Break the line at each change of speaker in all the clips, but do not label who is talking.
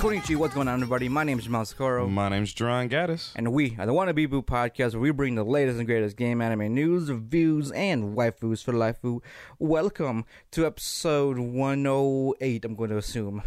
Konichi, what's going on, everybody? My name is Jamal Socorro,
My name's John Gaddis.
and we are the Wannabe Boo podcast where we bring the latest and greatest game anime news, reviews, and waifus for life. Welcome to episode 108, I'm going to assume.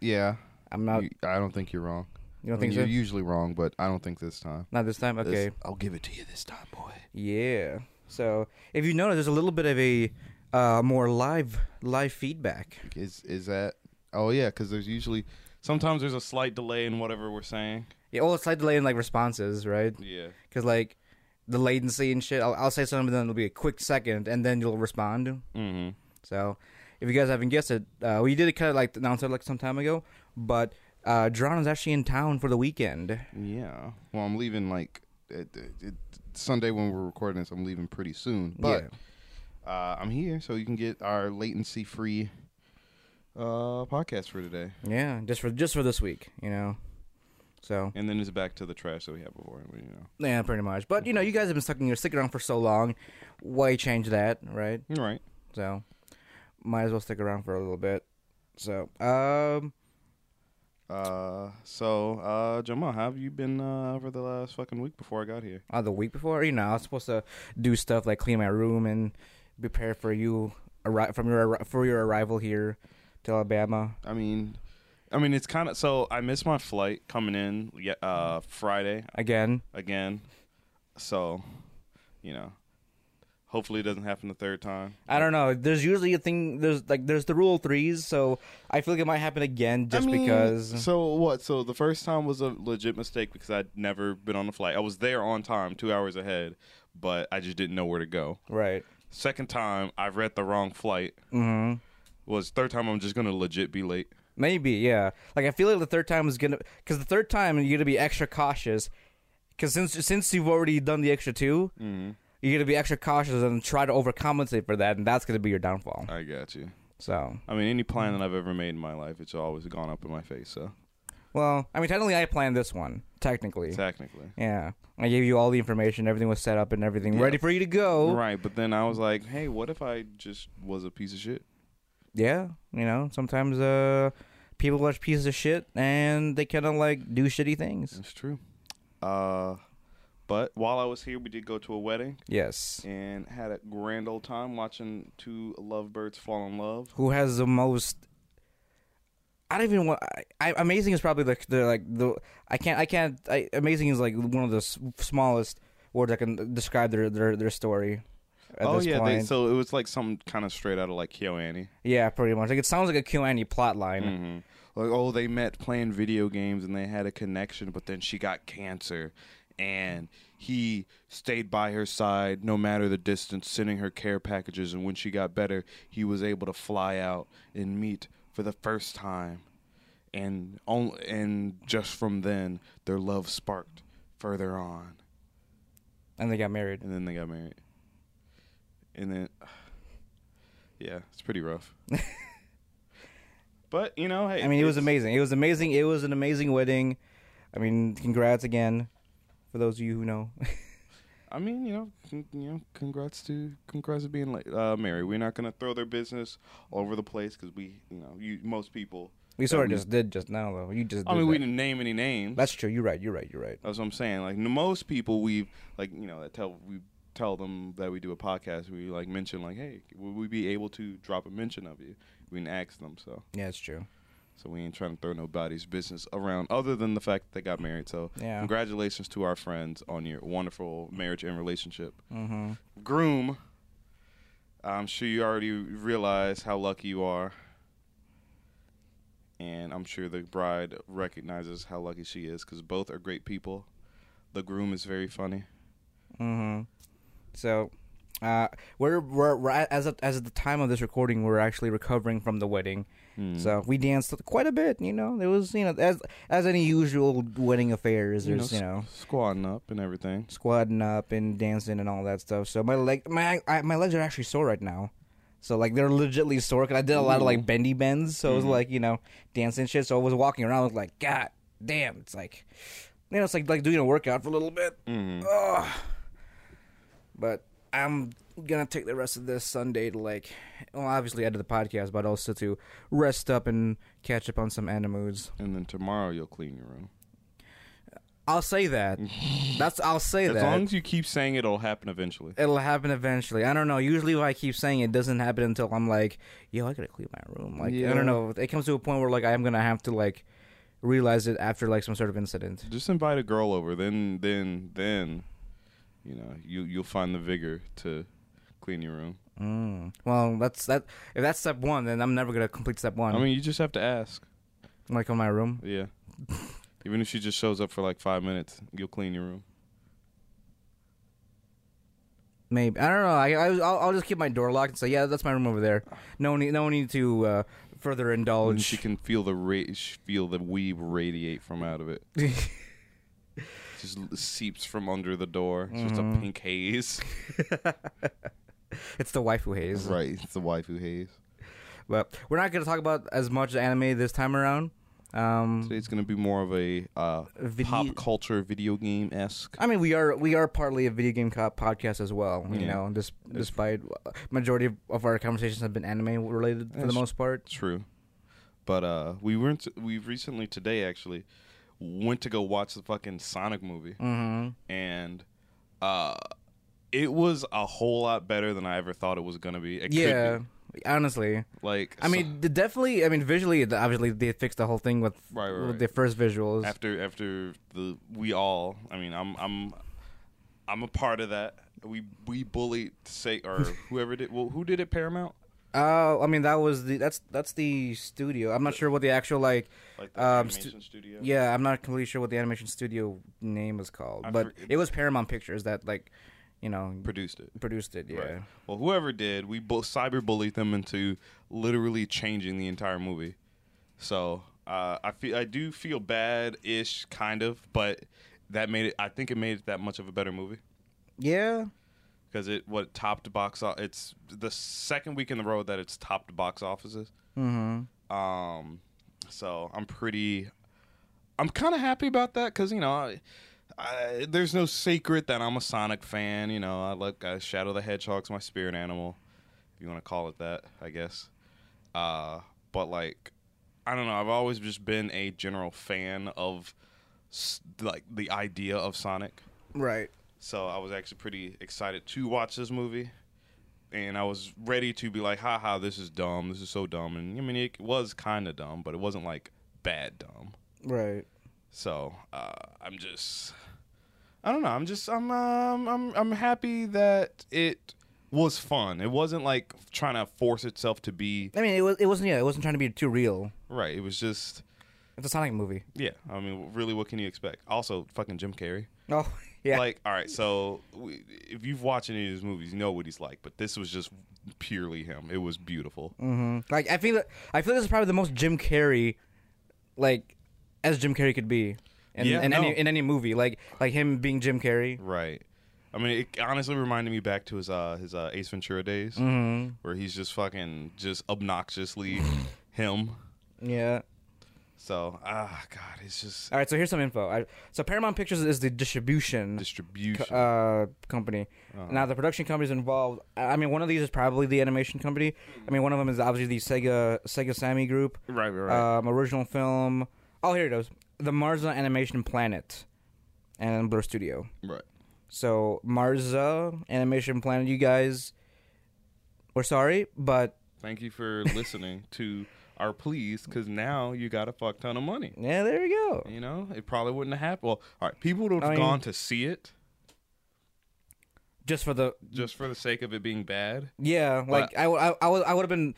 Yeah.
I'm not.
You-
You,
I don't think you're wrong.
don't
I mean,
Uh, think
you're
so?
usually wrong, but I don't think this time.
not this time? Okay.
This- I'll give it to you this time, boy.
Yeah. So, if you notice, there's a little bit of a uh, more live live feedback.
Is is that? Oh yeah, because there's usually sometimes there's a slight delay in whatever we're saying.
Yeah, well, it's like delaying like responses, right?
Yeah.
Because like the latency and shit. I'll, I'll say something, then it'll be a quick second, and then you'll respond.
Mm-hmm.
So, if you guys haven't guessed it, uh, we did it kind of like announce it like some time ago, but uh, Dron is actually in town for the weekend.
Yeah. Well, I'm leaving like it, it, it, Sunday when we're recording this. I'm leaving pretty soon, but uh, I'm here so you can get our latency free uh, podcast for today.
Yeah, just for just for this week, you know. So
And then it's back to the trash that we had before. You know.
yeah, pretty much. But you know, you guys have been stuck in your stick around for so long. Why change that, right?
You're right.
So might as well stick around for a little bit. So um
Uh, so uh, Jamal, how have you been uh over the last fucking week before I got here?
uh, the week before, you know, I was supposed to do stuff like clean my room and prepare for you arri- from your arri- for your arrival here to Alabama.
I mean, I mean it's kind of so I missed my flight coming in yeah uh Friday
Again,
again, so you know, hopefully it doesn't happen the third time.
I don't know. There's usually a thing. There's like there's the rule of threes, so I feel like it might happen again just
I mean,
because.
So what? So the first time was a legit mistake because I'd never been on the flight. I was there on time, two hours ahead, but I just didn't know where to go.
Right.
Second time, I read the wrong flight.
hmm
Was third time I'm just gonna legit be late.
Maybe, yeah. Like I feel like the third time is gonna, because the third time you're gonna be extra cautious, because since since you've already done the extra 2
Mhm.
you're gonna be extra cautious and try to overcompensate for that, and that's gonna be your downfall.
I got you.
So,
I mean, any plan that I've ever made in my life, it's always gone up in my face. So
well, I mean, technically, I planned this one. Technically,
technically,
yeah. I gave you all the information. Everything was set up and everything
Yeah.
ready for you to go.
right? But then I was like, hey, what if I just was a piece of shit?
Yeah, you know, sometimes uh, people are pieces of shit and they kind of like do shitty things.
That's true. Uh, but while I was here, we did go to a wedding
Yes.
and had a grand old time watching two lovebirds fall in love.
who has the most. I don't even want. I, I, amazing is probably like the like the. I can't. I can't. I, amazing is like one of the s- smallest words I can describe their their their story. At
oh
this
yeah,
point.
they, so it was like some kind of straight out of like Kyo Annie.
yeah, pretty much. Like it sounds like a QAnon plot line.
Mm-hmm. Like oh, they met playing video games and they had a connection, but then she got cancer, and he stayed by her side no matter the distance, sending her care packages. And when she got better, he was able to fly out and meet for the first time, and only, and just from then their love sparked further on,
And they got married.
and then they got married, and then yeah, it's pretty rough. But you know, hey,
I mean, it was
it's-
amazing. It was amazing. It was an amazing wedding. I mean, congrats again for those of you who know.
I mean, you know, con- you know, congrats to congrats to being like uh, married. We're not gonna throw their business all over the place because we, you know, you most people.
we sort of
we-
just did just now though. You just.
I
did
mean, we
that.
didn't name any names.
That's true. You're right. You're right. You're right.
That's what I'm saying. Like n- most people, we like you know that tell we tell them that we do a podcast. We like mention like, hey, would we be able to drop a mention of you? We didn't ask them, so
Yeah, it's true.
so we ain't trying to throw nobody's business around other than the fact that they got married. So
Yeah.
congratulations to our friends on your wonderful marriage and relationship.
Mm-hmm.
groom, I'm sure you already realize how lucky you are. And I'm sure the bride recognizes how lucky she is because both are great people. The groom is very funny.
Mm-hmm. So, uh, we're, we're we're at- as of, as of the time of this recording, we're actually recovering from the wedding.
Hmm.
So we danced quite a bit. You know, there was you know as as any usual wedding affairs,
You know,
there's you know,
s- squatting up and everything.
squadding up and dancing and all that stuff. So my leg my I, my legs are actually sore right now. So like they're legitly sore because I did a lot of like bendy bends. So it was like you know dancing shit. So I was walking around I was like God damn. It's like you know it's like like doing a workout for a little bit.
Mm-hmm.
Ugh. But I'm gonna take the rest of this Sunday to like, well, obviously edit the podcast, but also to rest up and catch up on some animes.
And then tomorrow you'll clean your room.
I'll say that. That's I'll say
As
that.
long as you keep saying it, it'll happen eventually.
It'll happen eventually. I don't know. Usually, if I keep saying it, it doesn't happen until I'm like, yo, I gotta clean my room. Like, I
Yeah.
don't know. It comes to a point where like I'm gonna have to like realize it after like some sort of incident.
Just invite a girl over, then then then, you know, you you'll find the vigor to clean your room.
Mm. Well, that's that. If that's step one, then I'm never gonna complete step one.
I mean, you just have to ask.
like on my room.
Yeah. Even if she just shows up for like five minutes, you'll clean your room.
Maybe I don't know. I, I I'll, I'll just keep my door locked and say, yeah, that's my room over there. No need, no need to uh, further
Oh, And
indulge.
she can feel the ra- sh- feel the weeb radiate from out of it. just l- seeps from under the door. It's just a pink haze.
it's the waifu haze.
right. It's the waifu haze.
But we're not gonna talk about as much anime this time around. Um,
Today's gonna be more of a uh,
Video-
pop culture video game esque.
I mean, we are we are partly a video game co- podcast as well. You
Yeah.
know, dis- despite uh, majority of our conversations have been anime related for the
That's-
most part.
True. But uh, we weren't. We recently today actually went to go watch the fucking Sonic movie,
Mm-hmm.
and uh, it was a whole lot better than I ever thought it was gonna be. It could
Yeah,
be.
honestly.
Like
I mean, the- definitely. I mean, visually, the- obviously, they fixed the whole thing with,
Right, right,
with
right.
the first visuals.
after after the we all. I mean, I'm I'm I'm a part of that. We we bullied say or whoever did. Well, who did it? Paramount.
Uh, I mean, that was the that's that's the studio. I'm not sure what the actual like.
Like the
Um,
animation studio.
Yeah, I'm not completely sure what the animation studio name was called,
I
but
forget-
it was Paramount Pictures that like, you know,
Produced it.
produced it. Yeah.
Right. Well, whoever did, we bu- cyberbullied them into literally changing the entire movie. So uh, I feel I do feel bad ish, kind of, but that made it. I think it made it that much of a better movie
Yeah.
because it what topped box. o- It's the second week in the row that it's topped box offices.
Mm-hmm.
Um, so I'm pretty, I'm kind of happy about that because you know, I, I, there's no secret that I'm a Sonic fan. You know, I like uh, Shadow the Hedgehog's my spirit animal, if you want to call it that, I guess. Uh, but like, I don't know. I've always just been a general fan of s- like the idea of Sonic.
Right.
So I was actually pretty excited to watch this movie. And I was ready to be like, haha, this is dumb. This is so dumb. And I mean, it was kind of dumb, but it wasn't like bad dumb.
Right.
So uh, I'm just, I don't know. I'm just, I'm, um, I'm, I'm happy that it was fun. It wasn't like trying to force itself to be
I mean, it was it wasn't yeah, it wasn't trying to be too real.
right. It was just,
It's a Sonic movie.
yeah. I mean, really, what can you expect? Also, fucking Jim Carrey.
Oh yeah.
Like, all right, so we, if you've watched any of his movies, you know what he's like. But this was just purely him. It was beautiful.
hmm Like I feel that I feel this is probably the most Jim Carrey, like, as Jim Carrey could be. In,
Yeah,
in
no.
any in any movie, like like him being Jim Carrey.
Right. I mean, it honestly reminded me back to his uh, his uh, Ace Ventura days,
Mm-hmm.
where he's just fucking just obnoxiously him.
Yeah.
So ah, God, it's just
All right. So here's some info. I, so Paramount Pictures is the distribution
distribution. Uh-huh.
co- uh, company. Now the production companies involved. I I mean, one of these is probably the animation company. I mean, one of them is obviously the Sega Sega Sammy Group.
right, right, right.
Um, original film. Oh, here it goes. The Marza Animation Planet and Blur Studio.
right.
So Marza Animation Planet, you guys. We're sorry, but
Thank you for listening to our pleas, because now you got a fuck ton of money.
yeah, there we go.
You know, it probably wouldn't have happened. Well, all right, people would have
I mean-
gone to see it
Just for the
just for the sake of it being bad.
yeah, like I w- I I would I would have been.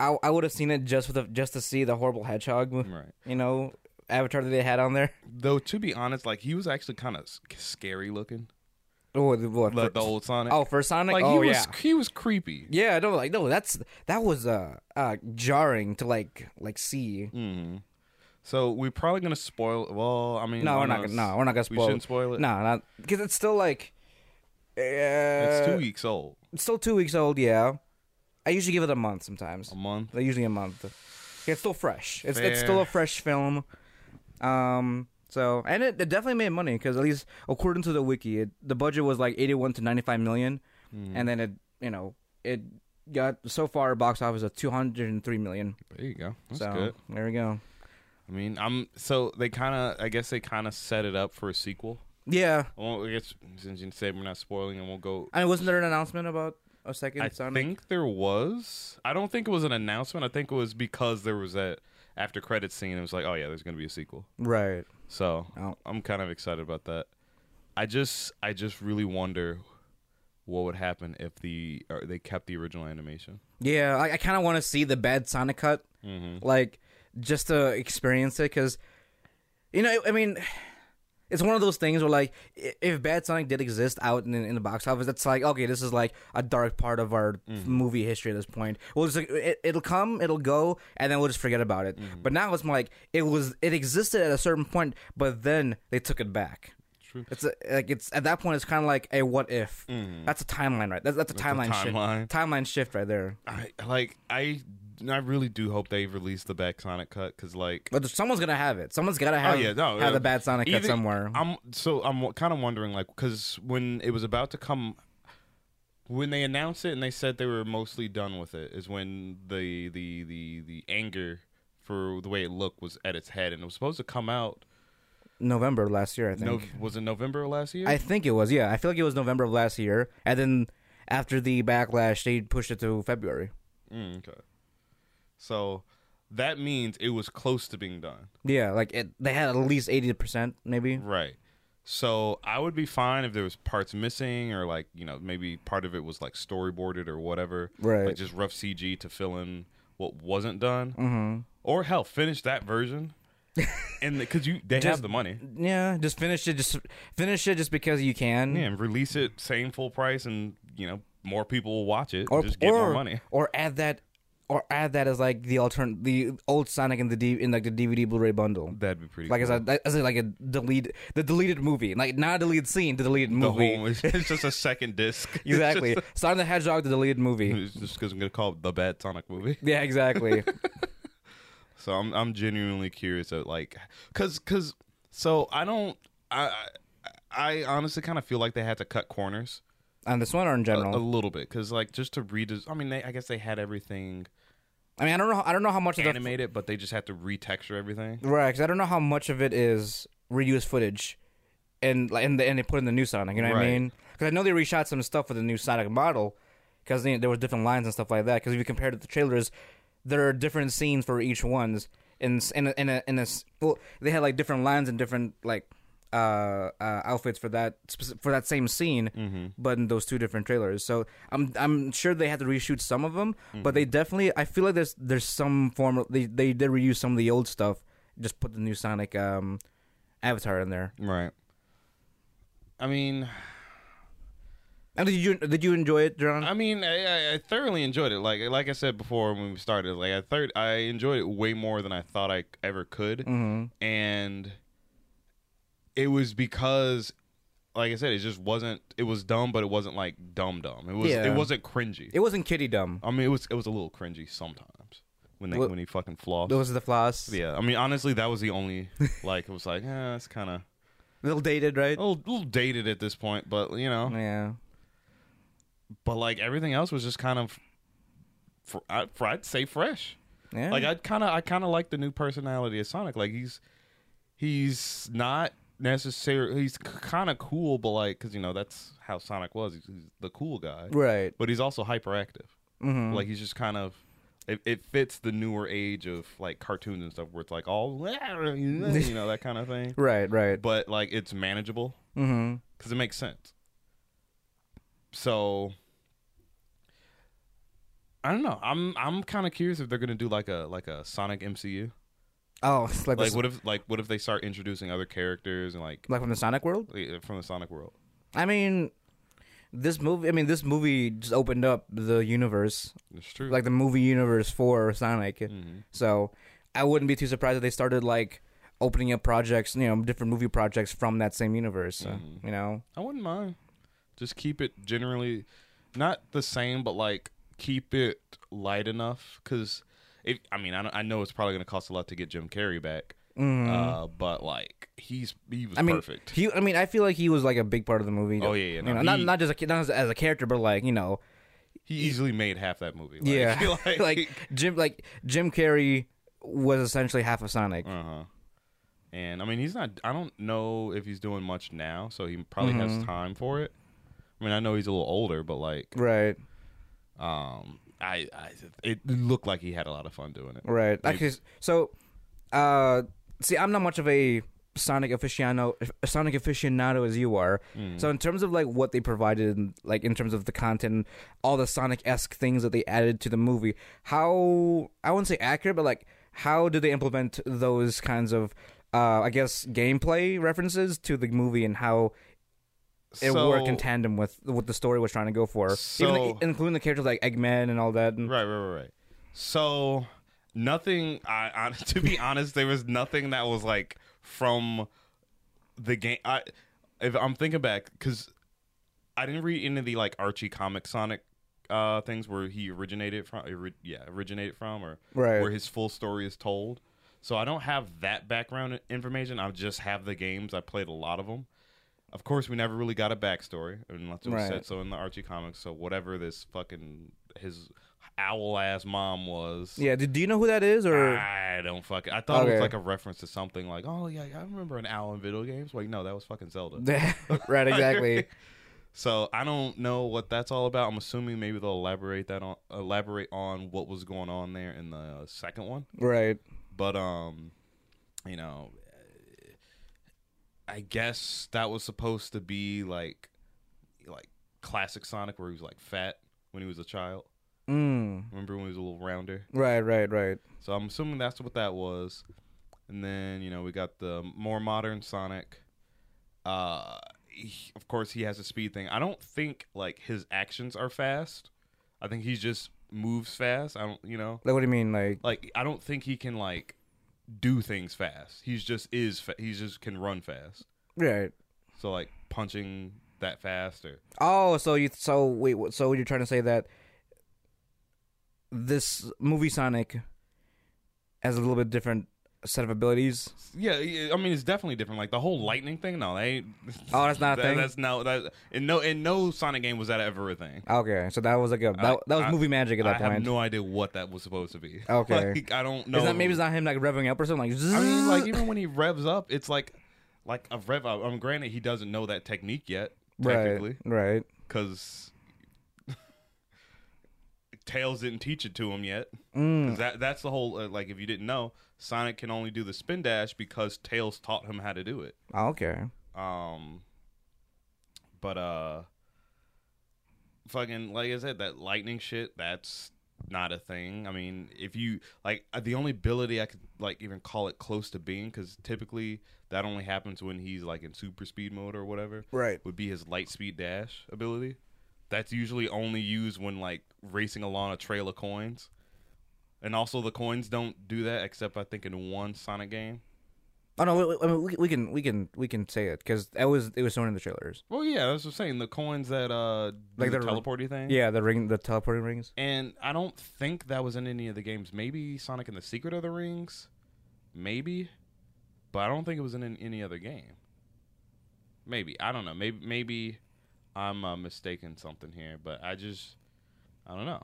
I, I would have seen it just for the just to see the horrible hedgehog,
Right.
you know, avatar that they had on there.
Though to be honest, like he was actually kind of scary looking.
Oh, the, what,
The,
for-
the old Sonic.
oh, for Sonic.
like
oh,
he was
yeah,
he was creepy.
yeah. No, like no, that's that was uh, uh jarring to like like see.
Mhm. So we're probably gonna spoil. Well, I mean,
Mm-hmm. No,
why
we're not. gonna No, we're not gonna
We
spoil.
shouldn't spoil it.
No, not because it's still like, uh,
it's two
it's,
weeks old.
still two weeks old. Yeah, I usually give it a month sometimes.
A month.
Like, usually a month. It's still fresh. It's it's
Fair.
still a fresh film. Um. So and it, it definitely made money because at least according to the wiki, it, the budget was like eighty-one to ninety-five million,
Hmm.
and then it you know it got so far box office of 203 million.
There you go. That's
so
good.
there we go.
I mean, I'm so they kind of. I guess they kind of set it up for a sequel.
Yeah,
I, won't, I guess since you said we're not spoiling, and we'll go.
I mean, wasn't there an announcement about a second
I
Sonic?
think there was. I don't think it was an announcement. I think it was because there was that after credit scene. It was like, oh yeah, there's gonna be a sequel.
Right.
So
Oh.
I'm kind of excited about that. I just, I just really wonder what would happen if the or they kept the original animation.
Yeah, I, I kind of want to see the bad Sonic cut, like just to experience it, because you know, I mean, it's one of those things where like i- if bad Sonic did exist out in, in the box office, that's like okay, this is like a dark part of our movie history at this point. We'll just like, it, it'll come, it'll go, and then we'll just forget about it. But now it's more like it was, it existed at a certain point, but then they took it back.
True.
It's a, like it's at that point. It's kind of like a what if. That's a timeline, right? That's, that's a timeline,
timeline.
shift. Timeline shift right there.
I like, I, I really do hope they release the back Sonic cut because like.
But someone's gonna have it. Someone's gotta have,
oh yeah, no,
have
yeah.
the bad Sonic cut
Either-
somewhere.
I'm so I'm kind of wondering like because when it was about to come, when they announced it and they said they were mostly done with it is when the the the the anger for the way it looked was at its head and it was supposed to come out.
November last year, I think.
No, was it November of last year?
I think it was. Yeah, I feel like it was November of last year, and then after the backlash, they pushed it to February.
Mm, okay. So that means it was close to being done.
Yeah, like it, they had at least eighty percent, maybe.
Right. So I would be fine if there was parts missing or like, you know, maybe part of it was like storyboarded or whatever.
Right.
Like just rough CG to fill in what wasn't done. Mm-hmm. Or hell, finish that version. and because you they have the money.
Yeah, just finish it. Just finish it, just because you can.
Yeah, and release it same full price and, you know, more people will watch it
Or
and just get
or,
more money.
or add that, or add that as like the altern the old Sonic in the D in like the DVD Blu-ray bundle.
That'd be pretty
Like
cool.
as I, as a, like a delete the deleted movie, like not a deleted scene, the deleted
the
movie.
whole, it's just a second disc. It's
exactly.
just- Mm.
Sonic the Hedgehog, the deleted movie.
It's just because I'm gonna call it the Bad Sonic movie.
Yeah, exactly.
So I'm I'm genuinely curious at like cuz cuz so I don't I I I honestly kind of feel like they had to cut corners
On this one or in
a, a
general?
little bit cuz like just to redes I mean they I guess they had everything
I mean, I don't know. I don't know how much of the
animated but they just had to retexture everything.
right? 'cause I don't know how much of it is reused footage, and like and, the, and they put in the new Sonic. You know what I
Right.
mean? Because I know they reshot some stuff with the new Sonic model, because you know, there were different lines and stuff like that. Because if you compare it to the trailers, there are different scenes for each ones. In s- in a, in a, in a s- well, they had like different lines and different like uh, uh outfits for that speci- for that same scene, but in those two different trailers. So I'm I'm sure they had to reshoot some of them, but they definitely I feel like there's there's some form of they they did reuse some of the old stuff, just put the new Sonic um avatar in there.
Right. I mean,
And did you did you enjoy it, John?
I mean, I, I- I thoroughly enjoyed it. Like, like I said before when we started, like I third, I enjoyed it way more than I thought I ever could,
Mm-hmm.
and it was because, like I said, it just wasn't. It was dumb, but it wasn't like dumb dumb. It was.
Yeah.
It wasn't cringy.
it wasn't kitty dumb.
I mean, it was. It was a little cringy sometimes when they
What-
when he fucking flossed.
It was the floss.
yeah, I mean, honestly, that was the only like it was like, eh, that's kind of
A little dated, right?
a little, little dated at this point, but you know,
Yeah.
but like everything else was just kind of, fr- I, fr- I'd say fresh.
Yeah.
Like I kind of I kind of like the new personality of Sonic. Like he's he's not necessarily he's kind of cool, but like because you know that's how Sonic was. He's, he's the cool guy,
right. Mm-hmm.
but he's also hyperactive. Like he's just kind of. It, it fits the newer age of like cartoons and stuff where it's like all you know that kind of thing
Right. Right.
but like it's manageable because mm-hmm. it makes sense. So I don't know. I'm I'm kind of curious if they're gonna do like a like a Sonic MCU.
Oh, it's like
Like
this-
what if like what if they start introducing other characters and like
like from the Sonic world.
eh, from the Sonic world?
I mean, this movie. I mean, this movie just opened up the universe,
It's true.
like the movie universe for Sonic.
Mm-hmm.
So I wouldn't be too surprised if they started like opening up projects, you know, different movie projects from that same universe. So,
Mm-hmm.
You know,
I wouldn't mind. Just keep it generally not the same, but like keep it light enough. Because if I mean, I, don't- I know it's probably going to cost a lot to get Jim Carrey back, Uh, but like he's he was
Mm-hmm. I mean,
perfect.
He, I mean, I feel like he was like a big part of the movie.
Oh, yeah, yeah,
You
no,
know, not
he-
not just a, not as, as a character, but like you know,
He easily made half that movie. Like,
yeah,
like,
like, Jim, like Jim Carrey was essentially half of Sonic.
Uh huh. And I mean, he's not. I don't know if he's doing much now, so he probably
Mm-hmm.
has time for it. I mean, I know he's a little older, but like,
Right,
um, I, I it looked like he had a lot of fun doing it.
right.
Like-
Actually, so, uh, see, I'm not much of a Sonic aficionado, a Sonic aficionado as you are. So, in terms of like what they provided, like in terms of the content, all the Sonic esque things that they added to the movie, how I wouldn't say accurate, but like how do they implement those kinds of, uh, I guess, gameplay references to the movie and how it
So-
worked in tandem with what the story was trying to go for,
So-
Even, including the characters like Eggman and all that. And,
Right, right, right, right. So nothing. I, I to be honest, there was nothing that was like from the game. I if I'm thinking back because I didn't read any of the like Archie comic Sonic uh things where he originated from. ori- yeah, originated from or
Right.
where his full story is told. So I don't have that background information. I just have the games. I played a lot of them. Of course, we never really got a backstory unless it was
Right.
said so in the Archie comics. So whatever this fucking his owl ass mom was,
Yeah, do, do you know who that is or?
I don't fucking. I thought it was
Okay.
like a reference to something like, oh yeah, I remember an owl in video games. Like no, that was fucking Zelda.
right, exactly.
So I don't know what that's all about. I'm assuming maybe they'll elaborate that on elaborate on what was going on there in the uh, second one.
right.
but um you know eh, i guess that was supposed to be like like classic sonic where he was like fat when he was a child
Mm.
remember when he was a little rounder
Right, right, right.
so i'm assuming that's what that was and then you know we got the more modern sonic uh he- of course he has a speed thing i don't think like his actions are fast i think he just moves fast i don't you know
Like, what do you mean? Like,
like I don't think he can like do things fast. He's just is fa- he's just can run fast.
right.
So like punching that fast or
Oh, so you, so wait, what- so you're trying to say that this movie Sonic has a little bit different set of abilities?
yeah, yeah, I mean it's definitely different. Like the whole lightning thing, no, that ain't.
Oh, that's not a
that-
thing?
That's no, that in no in no Sonic game was that ever a thing.
Okay, so that was like a that, that was
I-
movie magic at
I
that
have
point.
no idea what that was supposed to be.
Okay.
like, I don't know.
Is that maybe it's not him like revving up or something? Like,
I mean, like even when he revs up, it's like like a rev up. Um, granted, he doesn't know that technique yet, technically,
right, right.
because Tails didn't teach it to him yet. 'Cause
Mm.
That that's the whole uh, like if you didn't know, Sonic can only do the spin dash because Tails taught him how to do it.
Oh, Okay,
Um, but uh, fucking like I said, that lightning shit that's not a thing. I mean, if you like uh, the only ability I could like even call it close to being because typically that only happens when he's like in super speed mode or whatever
right.
would be his light speed dash ability. That's usually only used when like racing along a trail of coins. And also the coins don't do that except I think in one Sonic game.
Oh no, we, we- I mean, we, we can we can we can say it because that was it was shown in the trailers.
Well yeah, that's what I'm saying. The coins that uh do
Like
the
the-
teleporty thing.
Yeah, the ring, the teleporting rings.
And I don't think that was in any of the games. Maybe Sonic and the Secret of the Rings. Maybe. But I don't think it was in an- any other game. Maybe. I don't know. Maybe maybe I'm uh, mistaken something here, but I just I don't know.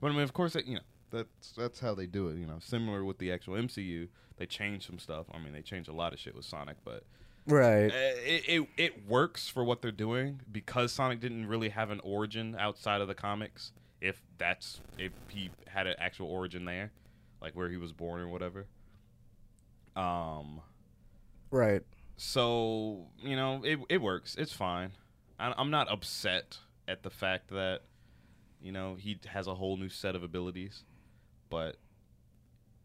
But I mean, of course, it, you know, that's that's how they do it, you know. Similar with the actual MCU, they change some stuff. I mean, they change a lot of shit with Sonic, but
Right.
uh, it, it it works for what they're doing because Sonic didn't really have an origin outside of the comics. If that's if he had an actual origin there, like where he was born or whatever. Um.
Right.
So you know it it works. It's fine. I, I'm not upset at the fact that you know he has a whole new set of abilities, but.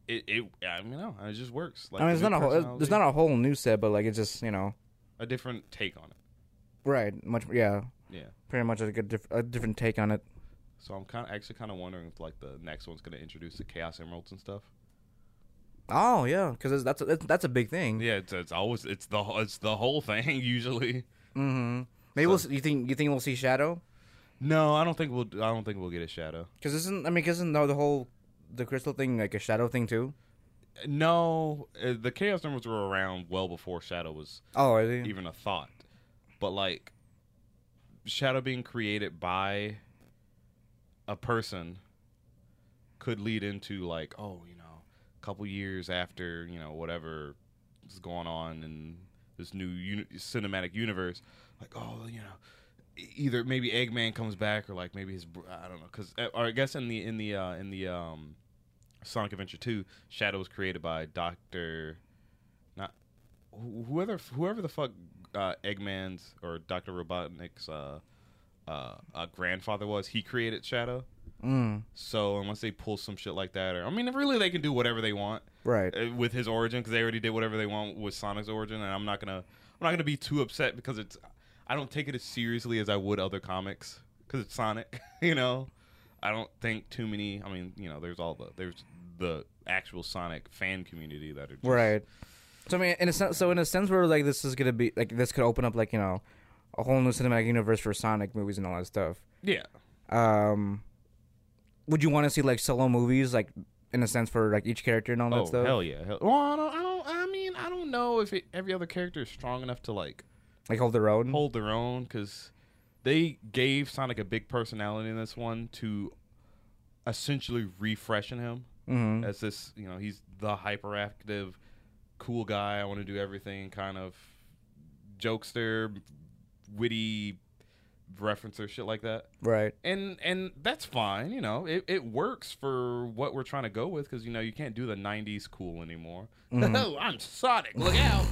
It, it I mean no it just works like
I mean, it's
the
not a
new
whole, it's
personality,
not a whole new set, but like it's just you know,
a different take on it
right? Much yeah,
yeah
pretty much like a, diff- a different take on it.
So I'm kind of actually kind of wondering if like the next one's gonna introduce the Chaos Emeralds and stuff.
Oh yeah, because that's a, that's that's a big thing.
Yeah, it's, it's always it's the it's the whole thing usually.
Mm-hmm. Maybe we'll see, you think you think we'll see Shadow?
No, I don't think we'll I don't think we'll get a shadow.
Because isn't I mean, 'cause isn't the the whole the crystal thing like a shadow thing too?
No, uh, the Chaos Numbers were around well before Shadow was
Oh, are they?
even a thought. But like Shadow being created by a person could lead into like, oh, you know, a couple years after, you know, whatever is going on in this new uni- cinematic universe, like, oh, you know, e- either maybe Eggman comes back or like maybe his br- I don't know cuz or I guess in the in the uh in the um Sonic Adventure 2, Shadow was created by Dr not wh- whoever whoever the fuck uh, Eggman's or Doctor Robotnik's uh, uh, uh, grandfather was, he created Shadow.
Mm,
So unless they pull some shit like that, or I mean, really they can do whatever they want
right.
uh, with his origin because they already did whatever they want with Sonic's origin, and I'm not gonna I'm not gonna be too upset because it's I don't take it as seriously as I would other comics because it's Sonic, you know. I don't think too many. I mean, you know, there's all the there's the actual Sonic fan community that are just,
Right. So I mean, in a sense, so in a sense, where like this is gonna be like this could open up like you know a whole new cinematic universe for Sonic movies and all that stuff.
Yeah,
Um, would you want to see like solo movies, like in a sense for like each character and all that
oh,
stuff?
Hell yeah. Hell, well, I don't, I don't. I mean, I don't know if it, every other character is strong enough to like
Like hold their own.
hold their own because they gave Sonic a big personality in this one to essentially refreshing him
Mhm.
as this. You know, he's the hyperactive, cool guy. I want to do everything kind of jokester, witty referencer, shit like that
Right.
and and that's fine you know it, it works for what we're trying to go with because you know you can't do the 90s cool anymore
Mm-hmm.
no i'm sonic look out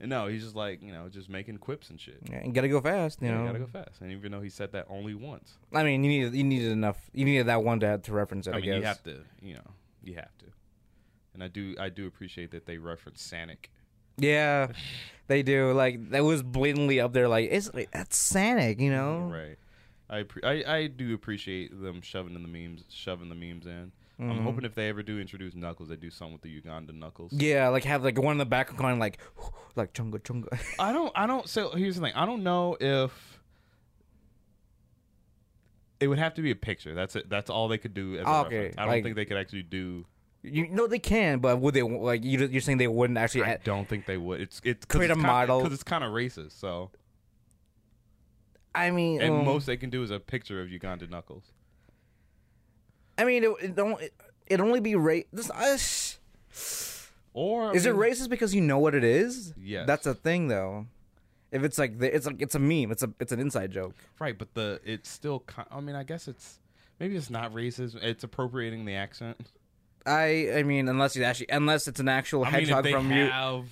and no he's just like you know just making quips and shit
Yeah, you gotta go fast. You
you, know,
know.
you gotta go fast and even though he said that only once
I mean, you needed you needed enough. You needed that one to to reference it. I,
i mean
guess.
you have to you know you have to and i do i do appreciate that they reference sonic
Yeah, they do. Like that was blatantly up there. Like it's like, that's Sonic, you know.
Mm, right I, appre- I I do appreciate them shoving in the memes shoving the memes in
Mm-hmm.
i'm hoping if they ever do introduce knuckles they do something with the uganda knuckles
Yeah, like have like one in the back going like like chunga chunga.
I don't. I don't. So here's the thing. I don't know if it would have to be a picture. That's it. That's all they could do. As a
Okay,
reference. I don't
like-
think they could actually do.
you know they can, but would they like you? You're saying they wouldn't actually.
I
I,
don't think they would. It's it's
Create a model.
because it's kind of racist. So
I mean,
and
um,
most they can do is a picture of Uganda knuckles.
I mean, it, it don't. It, it'd only be ra- this, uh, sh-
Or I
Is it
mean,
racist because you know what it is?
Yes.
that's the thing though. If it's like the, it's like it's a meme. It's a it's an inside joke.
Right, but the it's still. ki- I mean, I guess it's maybe it's not racist. It's appropriating the accent.
I I mean, unless you actually unless it's an actual
I mean, if
hedgehog
they
from you.
have.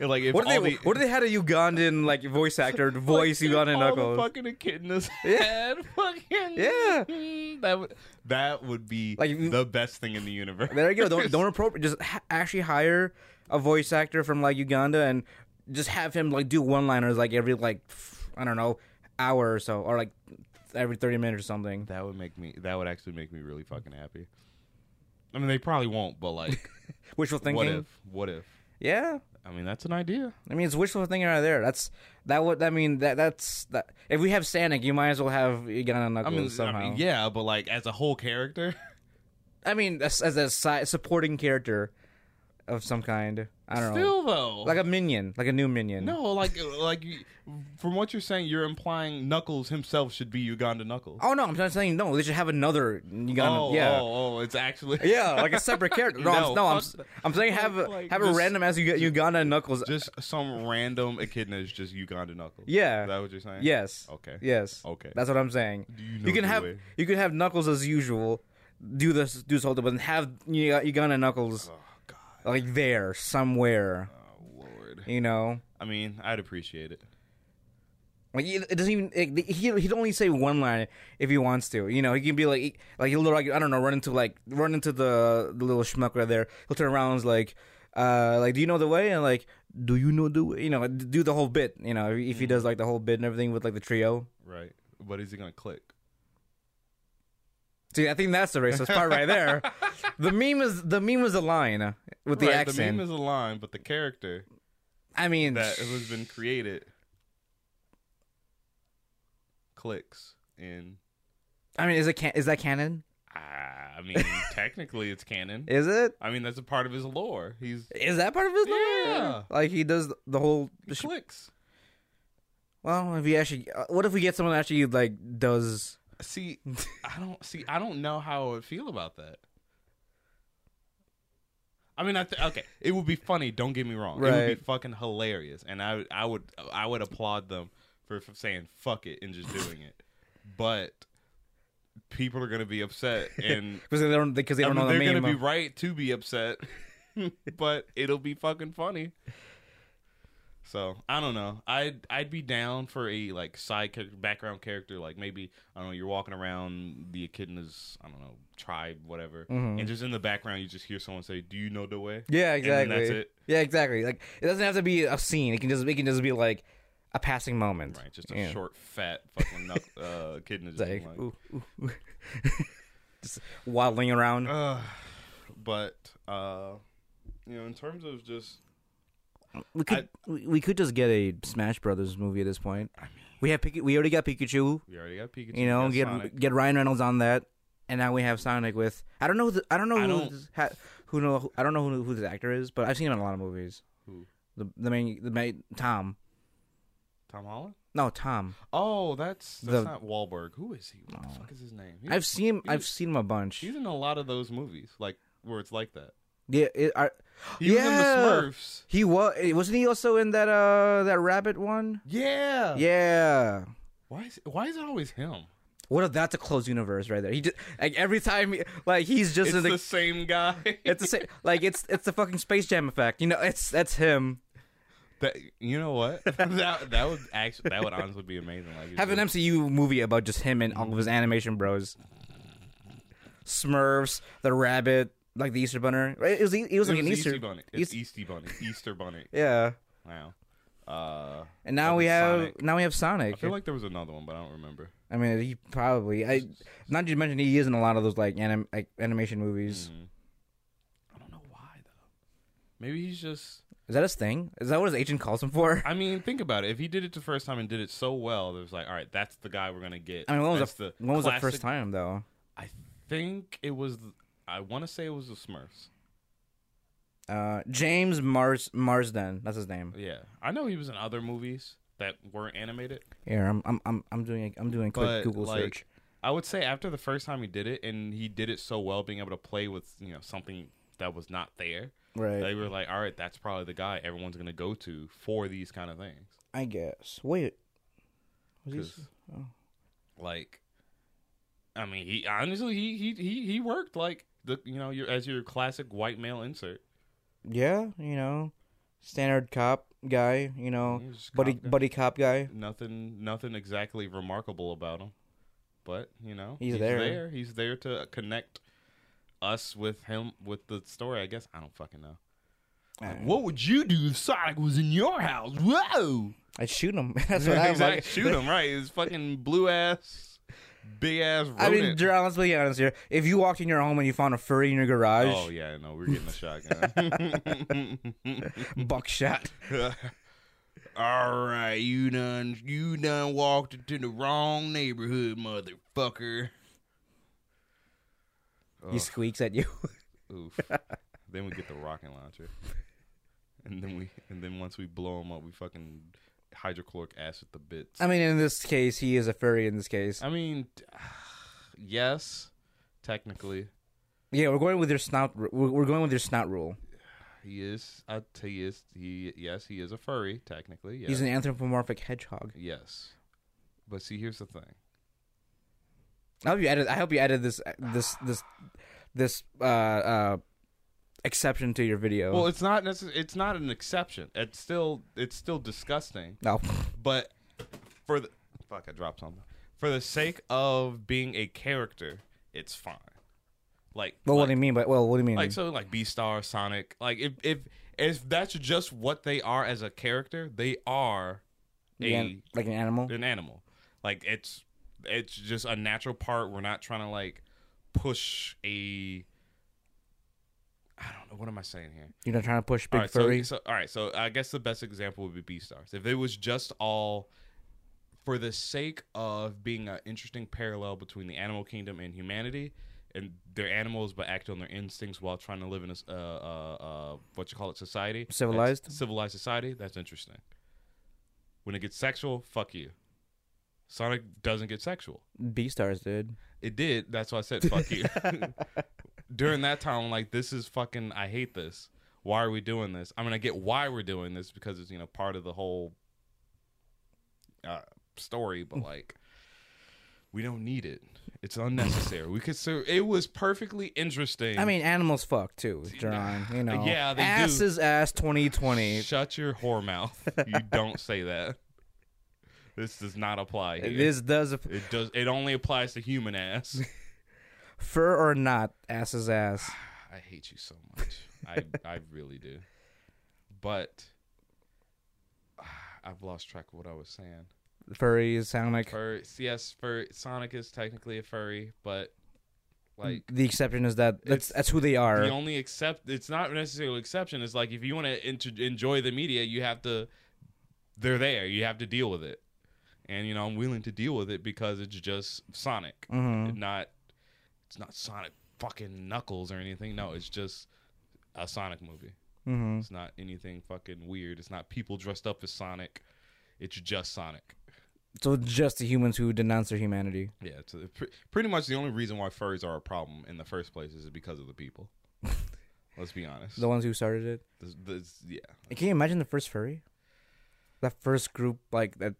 Like if
What
all
if they
the,
what if they had a Ugandan like voice actor to voice
Like,
Ugandan
all the
knuckles?
Fucking echidnas
Yeah.
head. Fucking
Yeah.
Mm, That would that would be
Like, you-
the best thing in the universe.
There you go. Don't don't appropriate. Just ha- actually hire a voice actor from like Uganda and just have him like do one liners like every like f- I don't know hour or so or like every thirty minutes or something.
That would make me. That would actually make me really fucking happy. I mean, they probably won't, but like,
Wishful thinking.
what if? What if?
Yeah.
I mean, that's an idea.
I mean, it's wishful thinking right there. That's that. Would I mean that? That's that. If we have Sanic, you might as well have Uganda
I
Knuckles
mean,
somehow.
I mean, yeah, but like as a whole character,
I mean, as, as a si- supporting character of some kind. I don't know,
still though,
like a minion, like a new minion.
no, like like you- from what you're saying, you're implying Knuckles himself should be Uganda Knuckles.
Oh no, I'm not saying no. They should have another Uganda.
oh,
yeah.
oh, oh, it's actually
Yeah, like a separate character. No,
No,
I'm, no, I'm,
fuck-
I'm saying have a,
like,
have a
just-
random as you Uganda and Knuckles.
Just some random echidna is just Uganda knuckles.
Yeah.
Is that what you're saying?
yes.
Okay.
Yes.
Okay.
That's what I'm saying.
you know
can
the
have
way?
you can have Knuckles as usual. Do this, do this whole thing, but then have Ug- Uganda and Knuckles
Oh God.
like there somewhere.
Oh Lord.
You know,
I mean, I'd appreciate it.
like it it doesn't even it, he he'd only say one line if he wants to. You know, he can be like he- like he'll like I don't know run into like run into the the little schmuck right there. He'll turn around and is like uh like do you know the way and like do you know the way? you know d- do the whole bit you know if he
Mm.
does like the whole bit and everything with like the trio.
Right. But is he gonna click?
See, I think that's the racist part right there. The meme is the meme was the line with the
right,
accent.
The meme is a line, but the character
I mean,
that has been created clicks in.
I mean, is it can- is that canon?
I I mean, technically, it's canon.
Is it?
I mean, that's a part of his lore. He's
Is that part of his lore?
Yeah.
Like he does the whole.
he clicks.
Well, if he actually, uh, what if we get someone that actually like does?
See, I don't see. I don't know how I would feel about that. I mean, I th- okay. It would be funny. Don't get me wrong. It would
Right.
be fucking hilarious, and I would- I would I would applaud them for, for saying fuck it and just doing it. But people are gonna be upset, and
Because they don't. Because they
I
don't
mean,
know the
they're
name.
gonna be
of-
right to be upset, but it'll be fucking funny. So I don't know. I'd I'd be down for a like side character, background character, like maybe I don't know. You're walking around the echidna's I don't know tribe, whatever,
Mhm.
and just in the background you just hear someone say, "Do you know the way?"
yeah,
and then
exactly.
that's it.
Yeah, exactly. Like it doesn't have to be a scene. It can just. It can just be like a passing moment.
Right, just a
Yeah.
short, fat fucking knuck, uh, echidna. Just
It's
being
like,
like,
ooh, ooh, ooh. just waddling around.
Ugh. but uh, you know, in terms of just
We could. we we could just get a Smash Brothers movie at this point. we have. Pika- we already got Pikachu.
we already got Pikachu,
You know,
we got
get
Sonic.
get Ryan Reynolds on that, and now we have Sonic with. I don't know. Who the, I don't know.
I
who
don't-
this ha, who know? I don't know who, who this actor is, but I've seen him in a lot of movies.
Who?
The the main the main Tom.
Tom Holland.
No, Tom.
Oh, that's that's
The-
not Wahlberg. Who is he? What the fuck is his name? He's,
I've seen him,
he
I've
was-
seen him a bunch.
he's in a lot of those movies, like where it's like that.
Yeah, it, I, Yeah.
He was in the Smurfs.
he was wasn't he also in that uh that rabbit one?
Yeah.
Yeah.
Why is why is it always him?
What if that's a closed universe right there? He just like every time he- like he's just
It's
in
the,
the,
same guy.
it's the same like it's it's the fucking Space Jam effect. You know, it's that's him.
that, you know what? that that would actually that would honestly be amazing. Like it's
Have an
just-
MCU movie about just him and all of his animation bros. Smurfs, the rabbit, like the Easter Bunny. Right? It was e, it was
it
like
was
an Easter
Bunny. It's
East-
Easter Bunny. Easter Bunny.
Yeah.
Wow. Uh,
And now
Fucking
we have
Sonic.
now we have Sonic.
I feel like there was another one, but I don't remember.
I mean, he probably. I not just mention he is in a lot of those like anim like animation movies.
Mm. I don't know why though. Maybe he's just.
Is that his thing? Is that what his agent calls him for?
I mean, think about it. If he did it the first time and did it so well, it was like, all right, that's the guy we're gonna get.
I mean, when was
that's
the, when was the first
classic-
time though?
I think it was. th- I want to say it was the Smurfs.
Uh, James Mars Marsden, that's his name.
Yeah, I know he was in other movies that weren't animated,
Here, I'm I'm I'm, I'm doing a, I'm doing a quick
but
Google
like,
search.
I would say after the first time he did it, and he did it so well, being able to play with you know something that was not there.
Right,
They were like, all right, that's probably the guy everyone's gonna go to for these kind of things.
I guess. Wait, was he-
'Cause, like i mean he honestly he he he, he worked like the you know your as your classic white male insert
yeah, you know, standard cop guy, you know,
He was just
buddy
Mm-hmm. cop guy.
buddy cop guy.
nothing nothing exactly remarkable about him but you know
He's there.
he's there to connect us with him with the story i guess i don't fucking know Like, what would you do if Sonic was in your house? Whoa!
I'd shoot him. that's what I'm
Exact-
like.
Shoot him, right? His fucking blue ass, big ass rodent.
I mean, Gerald, let's be honest here. If you walked in your home and you found a furry in your garage,
oh yeah, no, we're getting a shotgun.
buckshot.
All right, you done you done walked into the wrong neighborhood, motherfucker. Oh,
He squeaks at you.
Oof. then we get the rocket launcher, and then we and then once we blow him up, we fucking hydrochloric acid the bits.
I mean, in this case, he is a furry. In this case,
I mean, yes, technically
yeah, we're going with your snout. ru- We're we're going with your snout rule.
he is. I, he is. He yes, he is a furry. Technically, yes.
He's an anthropomorphic hedgehog.
yes. But see, here's the thing.
I hope you added. I hope you added this this this this uh, uh, exception to your video.
Well, it's not necess- It's not an exception. It's still. It's still disgusting.
no,
But for the fuck, I dropped something. For the sake of being a character, it's fine. Like,
well, what
like,
do you mean? But well, what do you mean?
like so, like B Star, Sonic. Like, if if if that's just what they are as a character, they are
The an- like an animal?
a an animal. Like, it's it's just a natural part. We're not trying to like push a. I don't know what am I saying here.
You're not trying to push big
all right,
furry.
So, so all right, so I guess the best example would be Beastars. If it was just all for the sake of being an interesting parallel between the animal kingdom and humanity, and they're animals but act on their instincts while trying to live in a s- uh, uh, uh, what you call it society That's-
Civilized?
civilized society. That's interesting. When it gets sexual, fuck you. Sonic doesn't get sexual.
Beastars, dude.
It did. That's why I said fuck you. During that time, I'm like, this is fucking. I hate this. Why are we doing this? I mean, I get why we're doing this because it's you know part of the whole uh, story,
Mm.
but like, we don't need it. It's unnecessary. We could. So it was perfectly interesting.
I mean, animals fuck too, John. You know,
Yeah, they do.
ass is ass. Twenty twenty.
shut your whore mouth. You don't say that. This does not apply. Here.
This does
It does. It only applies to human ass.
fur or not, ass is ass.
I hate you so much. I I really do. But ah, I've lost track of what I was saying.
Furries sound like
Fur, yes, fur. Sonic is technically a furry, but like
the exception is that that's
It's-
that's who they
the
are.
only except it's not necessarily exception. It's like if you want to inter- enjoy the media, you have to. They're there. You have to deal with it, and you know I'm willing to deal with it because it's just Sonic,
Mhm.
not. It's not Sonic fucking Knuckles or anything. No, it's just a Sonic movie.
hmm
It's not anything fucking weird. It's not people dressed up as Sonic. It's just Sonic.
So it's just the humans who denounce their humanity.
Yeah, it's a, pr- pretty much the only reason why furs are a problem in the first place is because of the people. Let's be honest.
The ones who started it.
This- this- yeah,
And Can you imagine the first furry? That first group, like that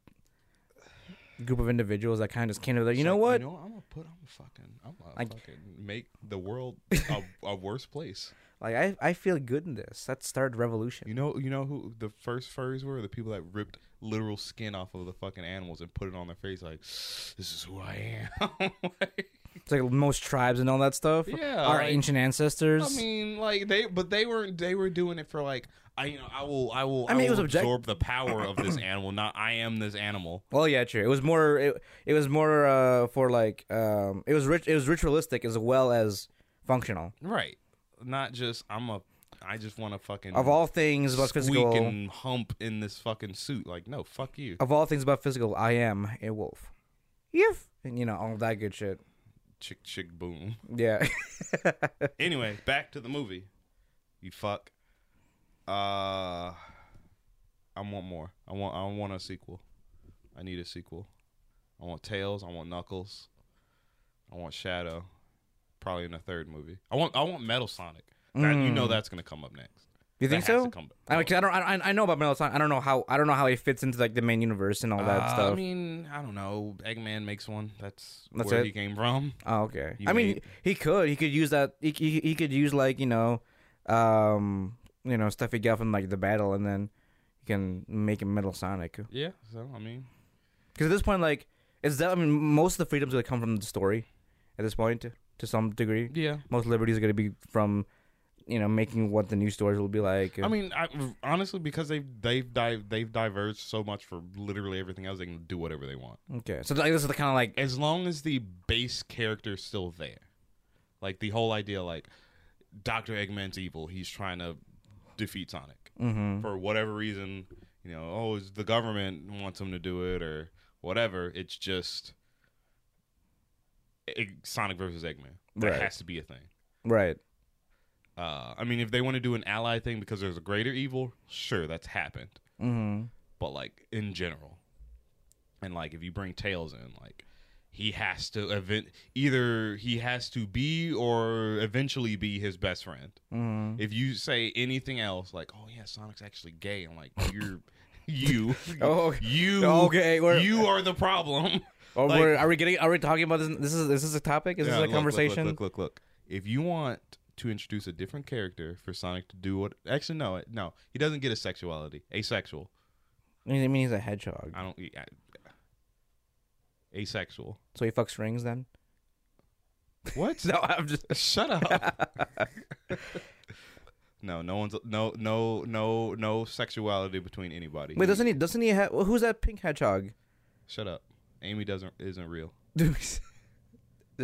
group of individuals that kind of just came together. You know what?
You know, I'm gonna put. I'm fucking. I'm gonna
Like-
fucking make the world a, a worse place.
Like I, I feel good in this. That started revolution.
You know. You know who the first furs were? The people that ripped literal skin off of the fucking animals and put it on their face. Like, this is who I am. Like,
It's like most tribes and all that stuff.
Yeah,
our
like-
ancient ancestors.
I mean, like they, but they weren't. They were doing it for like, I, you know, I will, I will,
I
I,
mean, it
will
was object-
absorb the power of this animal. Not, I am this animal.
Well, yeah, true. It was more. It, it was more uh, for like. Um, it was rich. It was ritualistic as well as functional.
Right. Not just I'm a. I just want to fucking
Of all things about
squeak
physical, Oh.
and hump in this fucking suit. Like, no, fuck you.
of all things about physical, I am a wolf. Yef, and you know all that good shit.
Chick, chick, boom.
Yeah,
anyway, back to the movie. You fuck. Uh, I want more. I want. I want a sequel. I need a sequel. I want Tails. I want Knuckles. I want Shadow. Probably in a third movie. I want. I want Metal Sonic. That, You know that's gonna come up next.
Hmm. you think
That has
so?
to come
I, mean, 'cause I don't. I, I know about Metal Sonic. I don't know how. I don't know how he fits into like the main universe and all that
Uh,
stuff.
I mean, I don't know. Eggman makes one. That's,
That's
where
it?
he came from.
Oh, okay.
You
I mean,
made-
he could. He could use that. He, he, he could use like you know, um, you know, stuff he got from like the battle, and then you can make him Metal Sonic. Because
Yeah. So I mean,
at this point, like, is that? I mean, most of the freedoms gonna come from the story. At this point, to, to some degree,
yeah.
most liberties are gonna be from, you know, making what the new stories will be like.
I mean, I, honestly, because they've they've di- they've diverged so much for literally everything else, they can do whatever they want
okay. So like, this is the kind of like
as long as the base character's still there. Like the whole idea, like Doctor Eggman's evil. He's trying to defeat Sonic
mm-hmm.
for whatever reason. You know, oh, it's the government wants him to do it or whatever. It's just Egg- Sonic versus Eggman. That
Right.
has to be a thing.
right.
Uh, I mean, if they want to do an ally thing because there's a greater evil, sure, that's happened
Mm-hmm.
but like in general. And like if you bring Tails in, like he has to event either he has to be or eventually be his best friend.
Mm-hmm.
If you say anything else, like oh yeah, Sonic's actually gay, I'm like you're you
Oh,
you
okay, we're-
you are the problem.
Or
Like-
we're, are we getting? Are we talking about this? This is this is a topic? Is
Yeah,
this
look,
a
look,
conversation?
Look, look, look, look. If you want to introduce a different character for Sonic to do what actually no no he doesn't get his sexuality asexual
I mean, he's a hedgehog.
I don't I, asexual
So he fucks rings then?
What?
No, I'm just.
Shut up. no, no one's no no no no sexuality between anybody.
Wait, doesn't he? Doesn't he have? Who's that pink hedgehog?
Shut up. Amy doesn't isn't real.
There's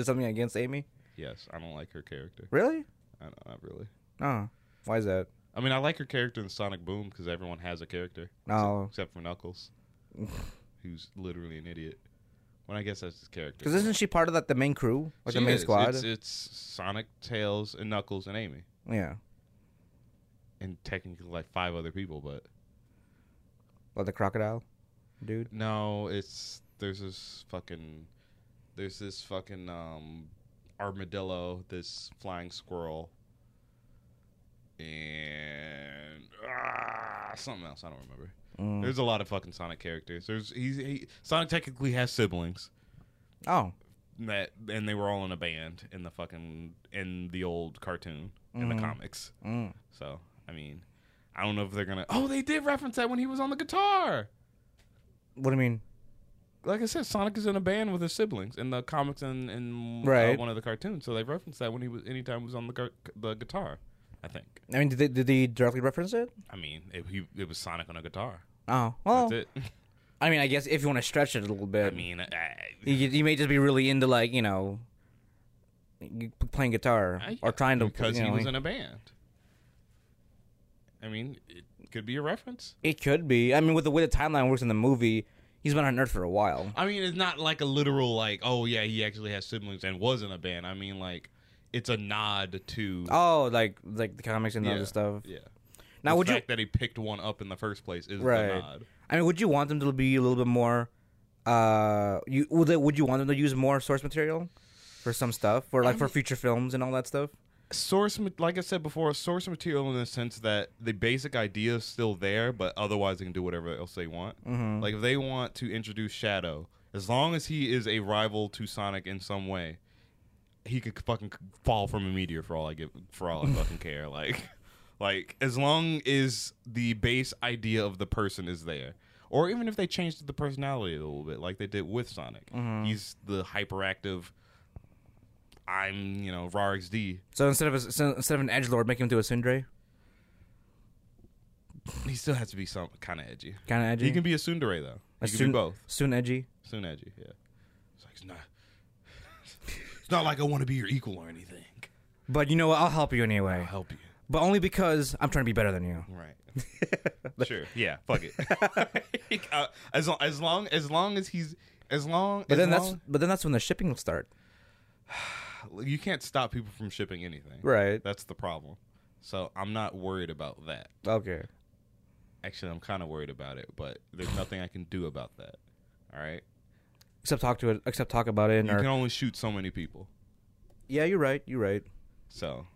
something against Amy?
Yes, I don't like her character.
Really?
I don't, not really.
Oh, why is that?
I mean, I like her character in Sonic Boom because everyone has a character.
No.
Except, except for Knuckles, who's literally an idiot. Well, I guess that's his character.
Because isn't she part of that the main crew, like the
She
main
is.
squad?
It's, it's Sonic, Tails, and Knuckles, and Amy,
Yeah,
and technically like five other people. But
like the crocodile, dude.
no, it's there's this fucking there's this fucking um, armadillo, this flying squirrel, and ah, something else. I don't remember.
Mm.
There's a lot of fucking Sonic characters. There's he's, he Sonic technically has siblings.
Oh,
that and they were all in a band in the fucking in the old cartoon in the
Mhm.
comics.
mm.
So I mean, I don't know if they're gonna. Oh, they did reference that when he was on the guitar.
what do you mean?
Like I said, Sonic is in a band with his siblings in the comics and in
Right.
one of the cartoons. So they referenced that when he was anytime he was on the gu- the guitar. I think.
I mean, did they, did they directly reference it?
I mean, it, he it was Sonic on a guitar.
Oh, well,
That's it.
I mean, I guess if you want to stretch it a little bit,
I mean, I, I-
you, you may just be really into like you know, you- playing guitar
I-
or trying to
because
you know,
he was in a band. I mean, it could be a reference.
It could be. I mean, with the way the timeline works in the movie, he's been on Earth for a while.
I mean, it's not like a literal like, oh yeah, he actually has siblings and was in a band. I mean, like, it's a nod to
Oh, like like the comics and
yeah,
other stuff.
Yeah.
Oh. Now,
the
would you?
fact that he picked one up in the first place is the
Right.
nod.
I mean, would you want them to be a little bit more? Uh, you would they, would you want them to use more source material for some stuff, for like
Um,
for future films and all that stuff?
Source, ma- like I said before, source material in the sense that the basic idea is still there, but otherwise they can do whatever else they want. Like if they want to introduce Shadow, as long as he is a rival to Sonic in some way, he could fucking fall from a meteor for all I give for all I fucking care. Like like as long as the base idea of the person is there. Or even if they changed the personality a little bit, like they did with Sonic. He's the hyperactive I'm, you know, Rar XD.
So instead of a, so instead of an edge lord, make him into a Sindre
He still has to be some kind of edgy.
kind of edgy.
He can be a tsundere though.
a
He can be both.
soon edgy.
Soon edgy, yeah. It's like it's not. It's not like I want to be your equal or anything.
But you know what? I'll help you
I'll
anyway,
help you.
but only because I'm trying to be better than you.
Right. sure. Yeah. Fuck it. Uh, as long as long as long as he's as long.
But
as
then that's
long-
but then that's when the shipping will start.
you can't stop people from shipping anything.
Right.
That's the problem. So I'm not worried about that.
Okay.
Actually, I'm kind of worried about it, but there's nothing I can do about that. All right.
Except talk to it. Except talk about it.
You
or,
can only shoot so many people.
yeah, you're right. You're right.
So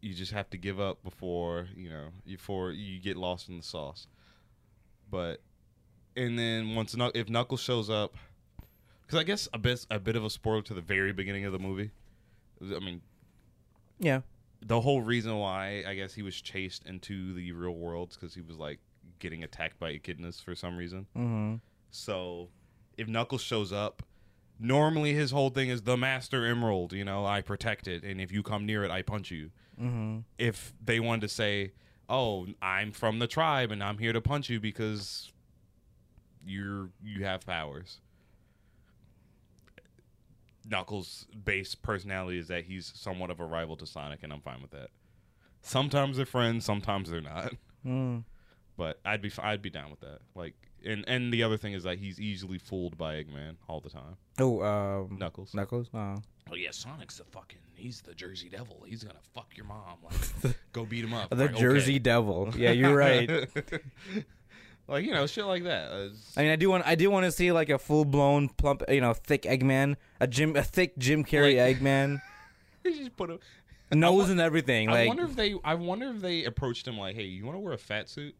you just have to give up before you know before you get lost in the sauce. But and then once Knuck- if Knuckles shows up, because I guess a bit a bit of a spoiler to the very beginning of the movie. I mean,
Yeah.
the whole reason why I guess he was chased into the real world because he was like getting attacked by echidnas for some reason.
Mm-hmm.
So if Knuckles shows up, normally his whole thing is the Master Emerald, you know, I protect it, and if you come near it, I punch you.
Mm-hmm.
If they wanted to say, "Oh, I'm from the tribe and I'm here to punch you because you're you have powers." Knuckles' base personality is that he's somewhat of a rival to Sonic, and I'm fine with that. Sometimes they're friends, sometimes they're not
Mm.
but I'd be I'd be down with that. Like, and and the other thing is that he's easily fooled by Eggman all the time.
Oh, um,
Knuckles.
Knuckles. Oh.
Oh yeah, Sonic's the fucking he's the Jersey Devil. He's gonna fuck your mom. Like, go beat him up.
The
Like, okay.
Jersey Devil. Yeah, you're right.
like you know, shit like that. It's-
I mean, I do want, I do want to see like a full blown plump, you know, thick Eggman, a Jim, a thick Jim Carrey Eggman,
you just put him.
nose and everything.
I
Like,
wonder if they. I wonder if they approached him like, "Hey, you want to wear a fat suit?"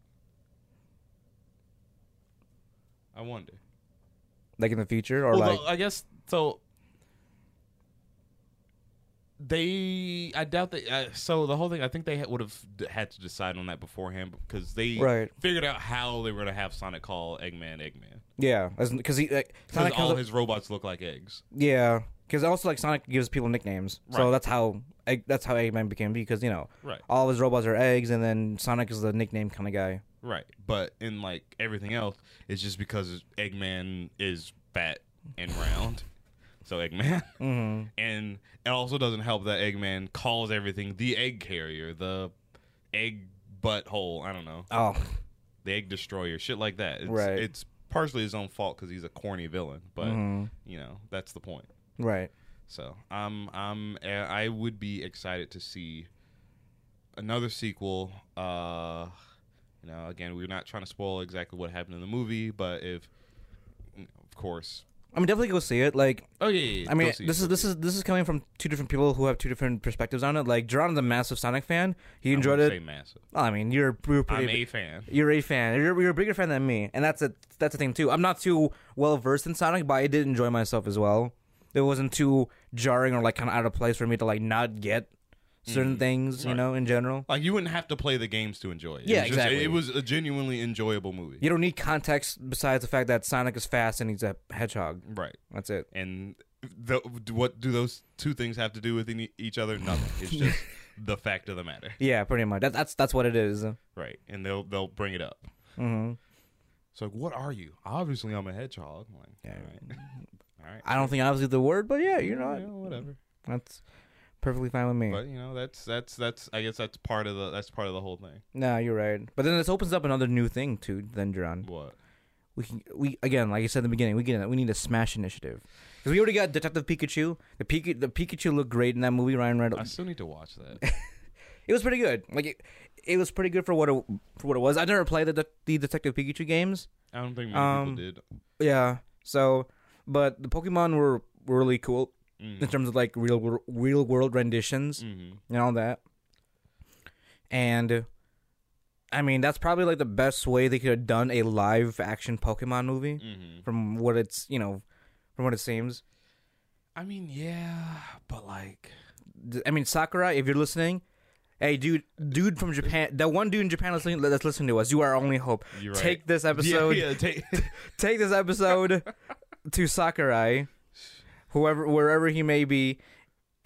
I wonder.
like in the future, or
Well,
like,
though, I guess so. They, I doubt that. Uh, so the whole thing, I think they ha- would have d- had to decide on that beforehand because they
Right.
figured out how they were going to have Sonic call Eggman Eggman
yeah, because he, like,
because
Sonic
uh, all
comes up-
his robots look like eggs.
yeah, because also like Sonic gives people nicknames,
Right.
so that's how, Egg, that's how Eggman became because you know,
Right.
all his robots are eggs, and then Sonic is the nickname kind of guy.
Right, but in like everything else, it's just because Eggman is fat and round, so Eggman, mm-hmm. and it also doesn't help that Eggman calls everything the egg carrier, the egg butthole. I don't know.
Oh,
the egg destroyer, shit like that. It's,
Right.
It's partially his own fault because he's a corny villain, but
Mhm.
you know that's the point.
right.
So I'm I'm eh, I would be excited to see another sequel. Uh, you know, again, we're not trying to spoil exactly what happened in the movie, but if of course,
I mean, definitely go see it. Like,
oh yeah, yeah, yeah,
I mean,
go see it,
this
go
is this
see it.
is this is coming from two different people who have two different perspectives on it. Like, Jeron's a massive Sonic fan. He
I
enjoyed
wouldn't
it.
Say massive.
Well, I mean, you're you're pretty.
I'm a fan.
you're a fan. You're, you're a bigger fan than me, and that's a that's the thing too. I'm not too well versed in Sonic, but I did enjoy myself as well. It wasn't too jarring or like kind of out of place for me to like not get
Mm-hmm.
certain things, you know, in general.
Like you wouldn't have to play the games to enjoy it. it
Yeah,
was
exactly.
it was a genuinely enjoyable movie.
You don't need context besides the fact that Sonic is fast and he's a hedgehog.
Right.
That's it.
And the, what do those two things have to do with any- each other? Nothing. It's just the fact of the matter.
Yeah, pretty much. That, that's that's what it is.
Right. And they'll they'll bring it up.
Mm-hmm.
It's like, what are you? Obviously, I'm a hedgehog. I'm like, all right, all right.
I don't think obviously the word, but yeah, you
Yeah,
know,
whatever.
that's perfectly fine with me.
But you know, that's that's that's. I guess that's part of the that's part of the whole thing.
No, you're right. But then this opens up another new thing too. Then John,
What?
we can we again, like I said in the beginning, we get we need a smash initiative because we already got Detective Pikachu. The Pika, the Pikachu looked great in that movie. Ryan
I
Reynolds,
still need to watch that.
it was pretty good. Like it, it was pretty good for what it for what it was. I never played the de- the Detective Pikachu games.
I don't think many
Um,
people did.
Yeah. So, but the Pokemon were were really cool in
Mm,
terms of like real wor- real world renditions.
mhm.
and all that. And I mean, that's probably like the best way they could have done a live action Pokemon movie
Mhm.
from what it's, you know, from what it seems.
I mean, yeah, but like,
D- I mean, Sakurai, if you're listening, hey, dude, dude from Japan, that one dude in Japan listening, that's listening to us, you are our only hope.
you're right.
Take this
yeah,
episode,
yeah, take,
take this episode to Sakurai, whoever, wherever he may be.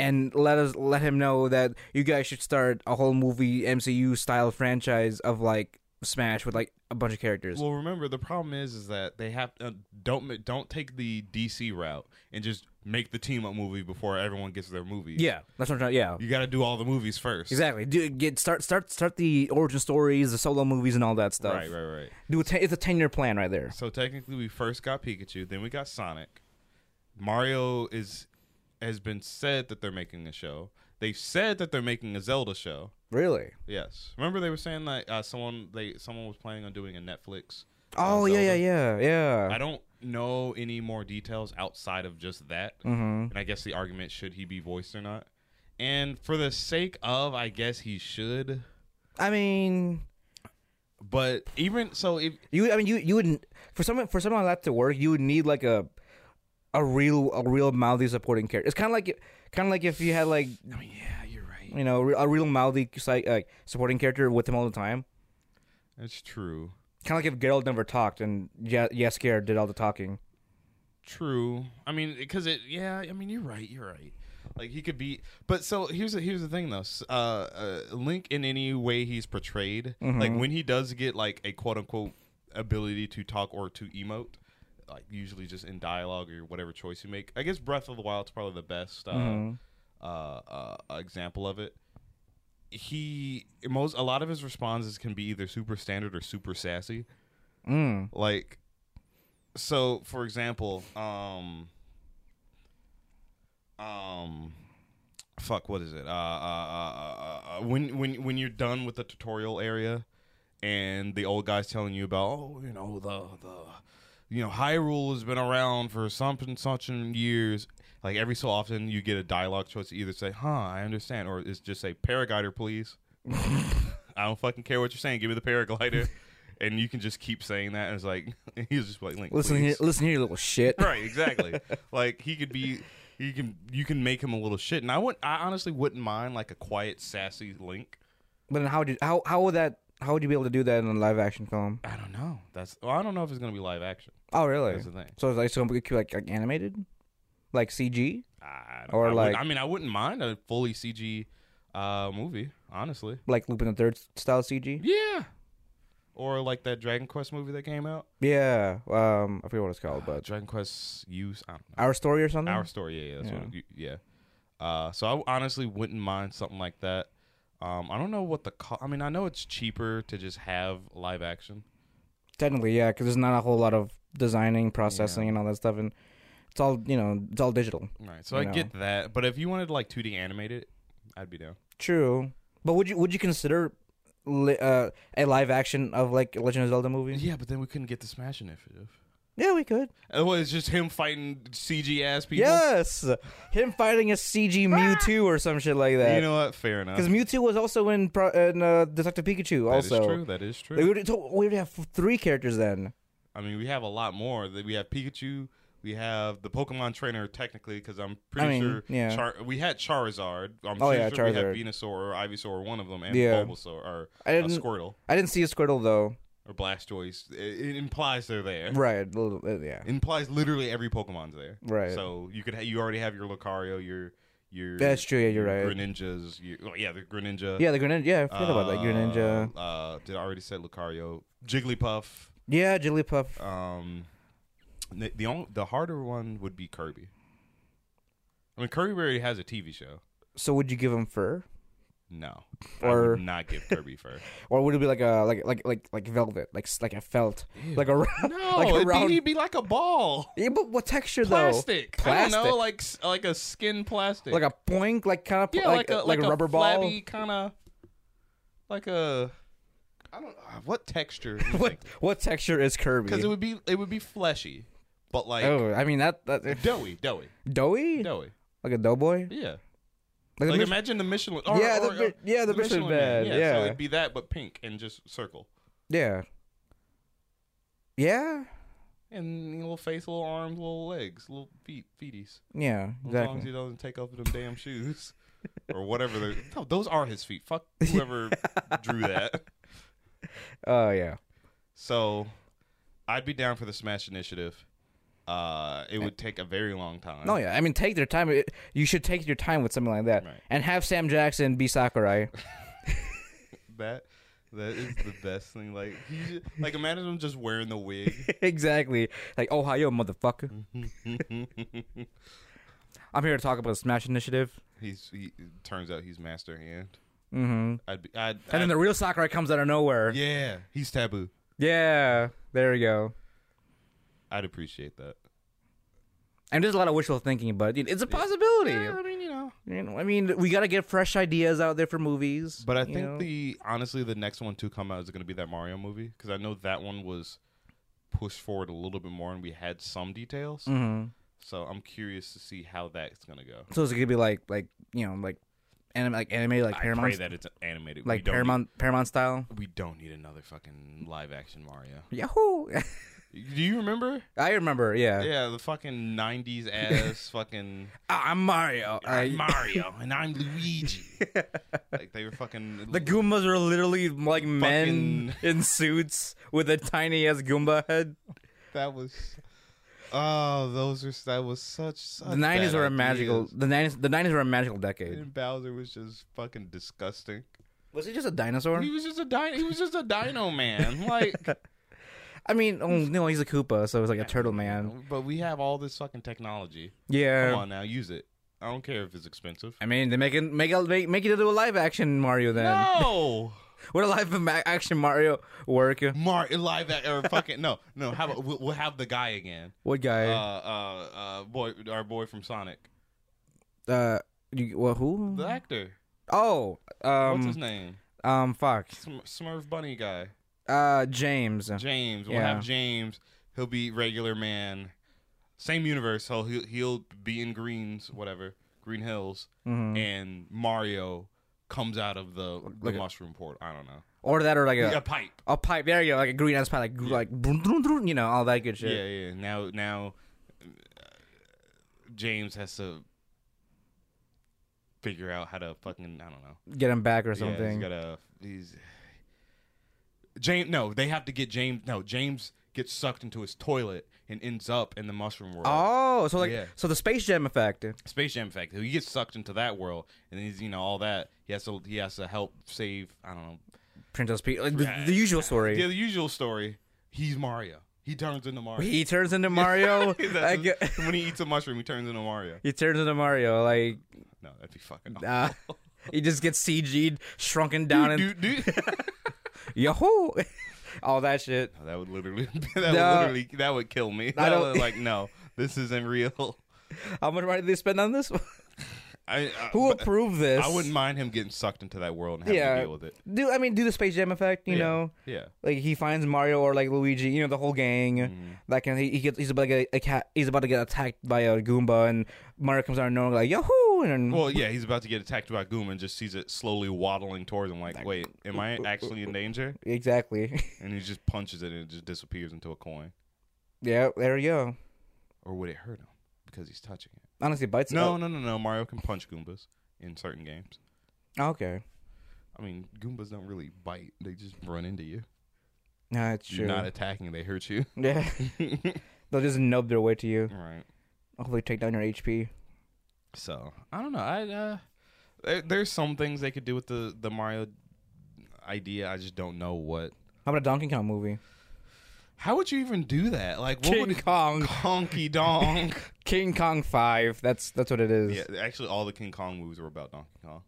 And let us let him know that you guys should start a whole movie MCU style franchise of like Smash with like a bunch of characters.
Well, remember the problem is is that they have uh, don't ma- don't take the DC route and just make the team up movie before everyone gets their movie.
yeah, that's what I'm trying. Yeah,
you got to do all the movies first.
exactly. Do get start start start the origin stories, the solo movies, and all that stuff.
Right, right, right.
Do a ten, it's a ten year plan right there.
So technically, we first got Pikachu, then we got Sonic. Mario is has been said that they're making a show. They've said that they're making a Zelda show.
Really?
Yes, remember they were saying that uh, someone they someone was planning on doing a Netflix. uh,
Oh yeah,
Zelda?
yeah, yeah, yeah.
I don't know any more details outside of just that. And I guess the argument should he be voiced or not. And for the sake of, I guess he should.
I mean,
But even so, if
You, I mean, you, you wouldn't for someone for someone like that to work. You would need like a a real a real mouthy supporting character. It's kind of like kind of like if you had like
I mean, yeah, you're right.
you know a real mouthy like uh, supporting character with him all the time.
That's true.
Kind of like if Geralt never talked and yeah, yes, Garrett did all the talking.
True. I mean, because it. Yeah. I mean, you're right. You're right. Like he could be. But so here's the, here's the thing though. S- Uh, uh, Link in any way he's portrayed, like when he does get like a quote unquote ability to talk or to emote, like usually just in dialogue or whatever choice you make. I guess Breath of the Wild's probably the best uh, uh, uh, example of it. He most a lot of his responses can be either super standard or super sassy.
Mm.
Like, so for example, um, um, fuck, what is it? Uh, uh, uh, uh, uh, when when when you're done with the tutorial area, and the old guy's telling you about, oh, you know the the, you know Hyrule has been around for something such and years. Like every so often, you get a dialogue choice to either say, "Huh, I understand," or it's just say, "Paraglider, please." I don't fucking care what you're saying. Give me the paraglider, and you can just keep saying that. And it's like he's just like, Link,
Listen
please."
here, listen here, you little shit.
right exactly like he could be you can you can make him a little shit and i would i honestly wouldn't mind like a quiet sassy link
But then how did how how would that how would you be able to do that in a live action film?
i don't know that's well, i don't know if it's gonna be live action
Oh really?
that's the thing
So it's like so it could be like, like animated, like CG.
I
Or
I would-
like-
i mean i wouldn't mind a fully cg uh movie honestly
Like Lupin the Third style CG,
yeah or like that dragon quest movie that came out
yeah. Um, I forget what it's called, but
Uh, dragon quest use i don't know
Our Story or something.
Our story, yeah, yeah, that's What it, yeah. Uh, so I honestly wouldn't mind something like that. Um, I don't know what the co- I mean, I know it's cheaper to just have live action.
Technically, yeah, because there's not a whole lot of designing, processing, and all that stuff, and It's all you know. It's all digital.
Right. So
You
I
know.
get that, but if you wanted to like 2D animate it, I'd be down.
True, but would you would you consider li- uh, a live action of like Legend of Zelda movie?
Yeah, but then we couldn't get the Smash Initiative.
Yeah, we could.
It was just him fighting CG ass people.
Yes, him fighting a CG Mewtwo or some shit like that.
You know what? Fair enough.
because Mewtwo was also in, Pro- in uh, Detective Pikachu.
That is
also,
true. That is
Like, we
true.
already, so we already have three characters then.
I mean, we have a lot more. That We have Pikachu. We have the Pokemon trainer technically, because I'm pretty
mean,
sure
yeah.
Char- we had Charizard. I'm
Oh,
sure,
yeah,
sure we
Charizard.
had Venusaur or Ivysaur, or one of them, and
Yeah.
Bulbasaur or
I
uh,
didn't-
Squirtle
I didn't see a Squirtle though.
or Blastoise. It, it implies they're there.
Right, a little- uh, yeah.
implies literally every Pokemon's there.
Right.
So you could ha- you already have your Lucario, your your
That's true, yeah, you're
your
right.
Greninjas, your, oh, yeah, the Greninja.
Yeah, the Greninja. Yeah, I forgot about that Greninja.
Uh, uh, did I already say Lucario? Jigglypuff.
Yeah, Jigglypuff.
Um, the the, only, the harder one would be Kirby. I mean, Kirby already has a TV show.
So would you give him fur,
No, I
Or-
would not give Kirby fur.
or would it be like a like like like like velvet, like s- like a felt, like a round,
No,
like a
it'd
round?
be, he'd be like a ball,
Yeah, but what texture
plastic.
though?
I don't know, like s- like a skin plastic,
like a poink, like kind of
Yeah,
like, like, a rubber ball.
kind of like a. I don't uh, what texture
What what texture is Kirby?
because it would be it would be fleshy, but like
oh, I mean that, that
doughy, doughy,
doughy,
doughy.
like a doughboy.
Yeah,
Like, a
like
mis-
imagine the Michelin. Or,
Yeah, the
or, uh,
mi-
or-
yeah, the Michelin man,
so
yeah.
it'd be that, but pink and just circle
yeah, yeah,
and little face, little arms, little legs, little feet, feeties.
yeah,
As long as he
exactly.
doesn't take off them damn shoes or whatever. they're- No, those are his feet. Fuck whoever drew that.
Oh yeah,
So I'd be down for the Smash Initiative. Uh, it would take a very long time.
no, yeah. I mean, take their time. It- you should take your time with something like that,
Right.
and have Sam Jackson be Sakurai.
That that is the best thing. Like he ju- like imagine him just wearing the wig.
exactly, like Ohio motherfucker.
Mm-hmm.
I'm here to talk about the Smash Initiative.
He's he turns out he's Master Hand.
Mm-hmm.
I'd be I'd,
And then
I'd-
the real Sakurai comes out of nowhere. Yeah,
yeah, he's taboo.
there we go.
I'd appreciate that.
And there's a lot of wishful thinking, but it- it's a possibility.
mean, you know.
You know, I mean, we got to get fresh ideas out there for movies.
But I
you
think
know?
the honestly the next one to come out is going to be that Mario movie because I know that one was pushed forward a little bit more and we had some details.
Mhm.
So I'm curious to see how that's going to go.
so it's gonna be like like you know like anime like anime like
I pray
Paramount
that it's animated. we
like
don't
Paramount Paramount style.
Need, we don't need another fucking live action Mario.
Yahoo!
Do you remember?
I remember. Yeah.
Yeah, the fucking '90s ass fucking
Ah, I'm Mario. I-
I'm Mario and I'm Luigi. like they were fucking
the Goombas are literally like men in suits with a tiny ass Goomba head.
that was. Oh, those were that was such. such
The nineties
bad
were a
ideas.
magical. The nineties. The nineties were a magical decade.
And Bowser was just fucking disgusting.
Was he just a dinosaur?
He was just a dino. He was just a dino man. Like,
I mean, oh, no, he's a Koopa, so it's like a turtle man.
but we have all this fucking technology.
Yeah.
Come on now, use it. I don't care if it's expensive.
I mean, they make it make it make, make it into a live action Mario then.
No,
Would a live ma- action Mario work?
Mar live at, or fucking no, no. How about we'll, we'll have the guy again?
What
Uh,
guy?
uh, uh, boy, our boy from Sonic,
Uh, you, well, who?
the actor.
oh, um,
What's his name?
um, fuck.
Smur- Smurf Bunny guy.
Uh, James.
James. We'll
Yeah.
have James. He'll be regular man. Same universe. So he'll he'll be in Greens, whatever Green Hills,
Mm-hmm.
and Mario comes out of the, the mushroom port. I don't know.
Or that, or like a
A pipe.
a pipe. There you go, like a green ass pipe, like like broom, broom, broom, you know, all that good
Yeah,
shit.
yeah. Now now, uh, James has to figure out how to fucking I don't know.
Get him back or
Yeah, he's
something.
got a he's James. No, they have to get James. No, James gets sucked into his toilet and ends up in the mushroom world.
oh, so like
Yeah.
so the Space Jam effect.
Space Jam fact. He gets sucked into that world, and he's you know all that. He has to he has to help save. I don't know.
Princess Peach, like, the, the usual story.
Yeah, the usual story. He's Mario. He turns into Mario.
He turns into Mario.
That's
like,
his- when he eats a mushroom, he turns into Mario.
he turns into Mario. Like
No, that'd be fucking.
uh, he just gets CG'd, shrunken down, and
Dude, dude.
yahoo, all that shit.
Oh, that would literally, that would
No.
literally, that would kill me. That
I don't-
would, like no, This isn't real.
How much money did they spend on this?
I, I
Who
but
approved this?
I wouldn't mind him getting sucked into that world and having
Yeah.
to deal with it.
Do I mean do the Space Jam effect? You
Yeah.
know,
Yeah.
like he finds Mario or like Luigi, you know, the whole gang.
Mm-hmm.
Like, and he, he gets he's about to get a cat, he's about to get attacked by a Goomba, and Mario comes out of nowhere like Yahoo! And
Well, yeah, he's about to get attacked by a Goom and just sees it slowly waddling towards him. Like, wait, am I actually in danger?
exactly,
And he just punches it and it just disappears into a coin.
yeah, there you go.
Or would it hurt him because he's touching it?
Honestly, bites.
No, no, no, no. Mario can punch Goombas in certain games.
oh, okay.
I mean, Goombas don't really bite; they just run into you.
Nah, it's true.
You're not attacking; they hurt you.
yeah, they'll just nub their way to you.
Right.
Hopefully, take down your HP.
So I don't know. I uh, there, there's some things they could do with the the Mario idea. I just don't know what.
How about a Donkey Kong movie?
How would you even do that? Like, what
King
would
Kong,
Honky Donk?
King Kong Five. That's that's what it is.
yeah, actually, all the King Kong movies were about Donkey Kong.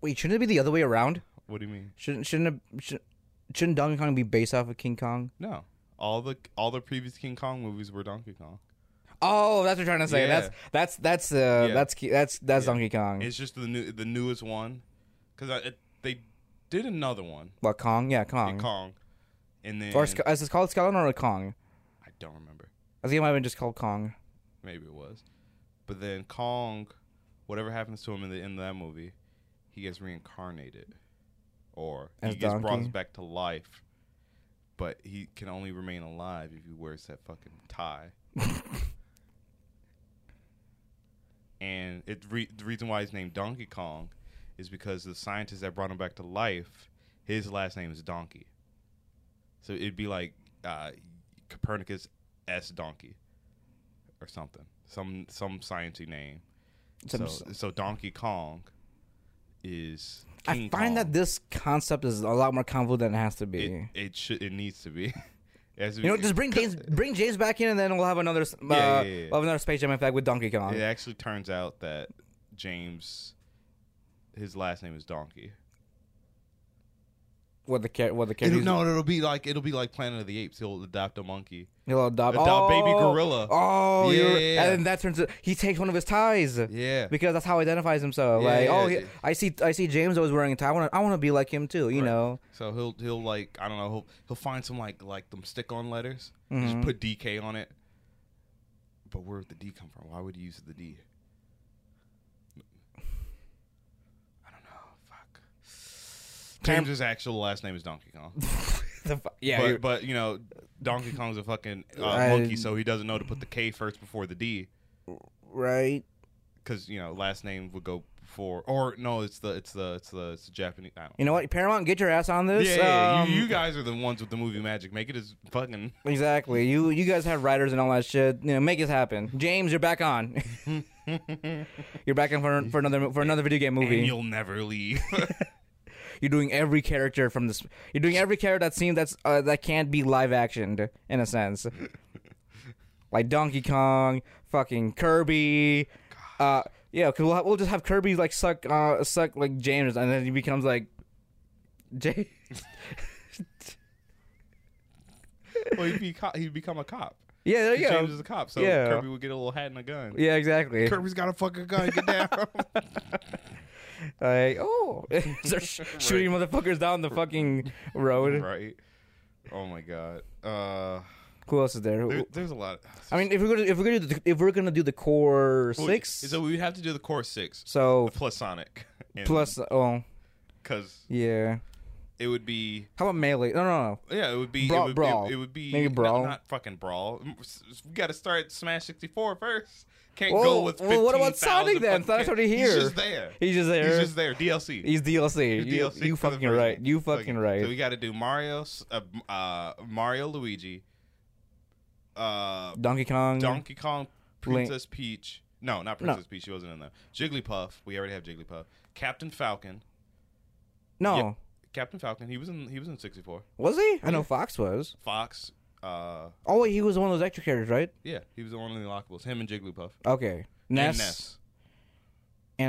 Wait, shouldn't it be the other way around?
What do you mean?
Shouldn't shouldn't it, should, shouldn't Donkey Kong be based off of King Kong?
No, all the all the previous King Kong movies were Donkey Kong.
Oh, that's what you're trying to say.
Yeah.
That's that's that's uh
Yeah.
that's Ki- that's that's Donkey Kong.
It's just the new the newest one because it, they did another one
what Kong? Yeah, Kong.
King Kong, and then
Or Sk- is it called Skeleton or Kong?
I don't remember.
I think it might have been just called Kong.
Maybe it was, but then Kong, whatever happens to him in the end of that movie, he gets reincarnated, or
As
he gets
Donkey?
brought back to life. But he can only remain alive if he wears that fucking tie. and it re- the reason why he's named Donkey Kong is because the scientist that brought him back to life, his last name is Donkey. So it'd be like uh, Copernicus S Donkey or something, some some sciencey name.
Some-
so, so Donkey Kong is.
I
King
find
Kong.
that this concept is a lot more convoluted than it has to be.
it, it should it needs to be. It has to
you know,
be-
just bring James bring James back in, and then we'll have another s- uh,
Yeah, yeah, yeah.
we'll have another Space Jam effect with Donkey Kong.
It actually turns out that James, his last name is Donkey.
What the car- what the character?
It'll, no, it'll be like it'll be like Planet of the Apes. He'll adopt a monkey.
He'll adopt,
Adopt baby
Oh!
gorilla.
Oh,
Yeah,
yeah,
yeah, yeah.
and then that turns. He takes one of his ties.
Yeah.
because that's how he identifies himself.
Yeah,
like,
yeah,
oh,
yeah.
he, I see, I see James always wearing a tie. I want to, I want to be like him too. You
Right.
know,
So he'll he'll like I don't know he'll he'll find some like like them stick on letters.
Mm-hmm.
Just put DK on it. But where would the D come from? Why would he use the D? I don't know. Fuck.
Tam-
James's actual last name is Donkey Kong.
The fu- yeah,
but
you're-
but you know Donkey Kong's a fucking uh,
I-
monkey, so he doesn't know to put the K first before the D
right.
because you know last name would go before or no it's the it's the it's the it's the Japanese. I don't
You know what, Paramount, get your ass on this.
yeah, yeah,
Um,
You, you guys are the ones with the movie magic. Make it as fucking.
exactly. You, you guys have writers and all that shit. You know, make it happen. James, you're back on. you're back on for, for another for another video game
And
movie.
you'll never leave.
You're doing every character from this. You're doing every character that seems that's uh, that can't be live actioned in a sense. like Donkey Kong, fucking Kirby. Uh, yeah, because we'll, ha- we'll just have Kirby like suck uh, suck like James, and then he becomes like Jay.
well, he'd be co- he'd become a cop.
Yeah, there
'Cause
you
James
go.
is a cop, so
Yeah.
Kirby would get a little hat and a gun.
Yeah, exactly.
Kirby's got a fucking gun. Get down.
Like, oh, Start sh- shooting motherfuckers down the fucking road.
right. Oh my god. Uh,
Who else is there? Who-
there, there's a lot.
I mean, if we're gonna if we're gonna do the, if we're gonna do the core
Well,
six,
So we have to do the core six
so
plus Sonic. And-
plus oh
because
yeah.
it would be
How about melee? No, no, no.
yeah, it would be
Bra-
it would,
brawl.
It, it would be
Maybe
no,
brawl.
not fucking brawl. We got to start Smash 64 first. Can't go
Whoa,
with.
well, what about
15,000
Sonic then?
fucking
Sonic's already
characters.
here.
He's just there.
He's just there.
He's just there. DLC.
He's DLC. You,
DLC
you
for the
fucking
first
right.
one.
You fucking right.
So we got to do Mario, s- uh, m- uh, Mario, Luigi, uh,
Donkey Kong.
Donkey Kong,
Mm-hmm. Link.
Princess Peach. No, not Princess Peach. She wasn't in there. Jigglypuff. We already have Jigglypuff. Captain Falcon.
no,
Yeah. Captain Falcon. He was in. He was in sixty four.
was he? I know Fox was.
Fox. Uh,
Oh wait, he was one of those extra characters, right?
yeah, he was the one of the unlockables. Him and Jigglypuff.
Okay, Ness.
And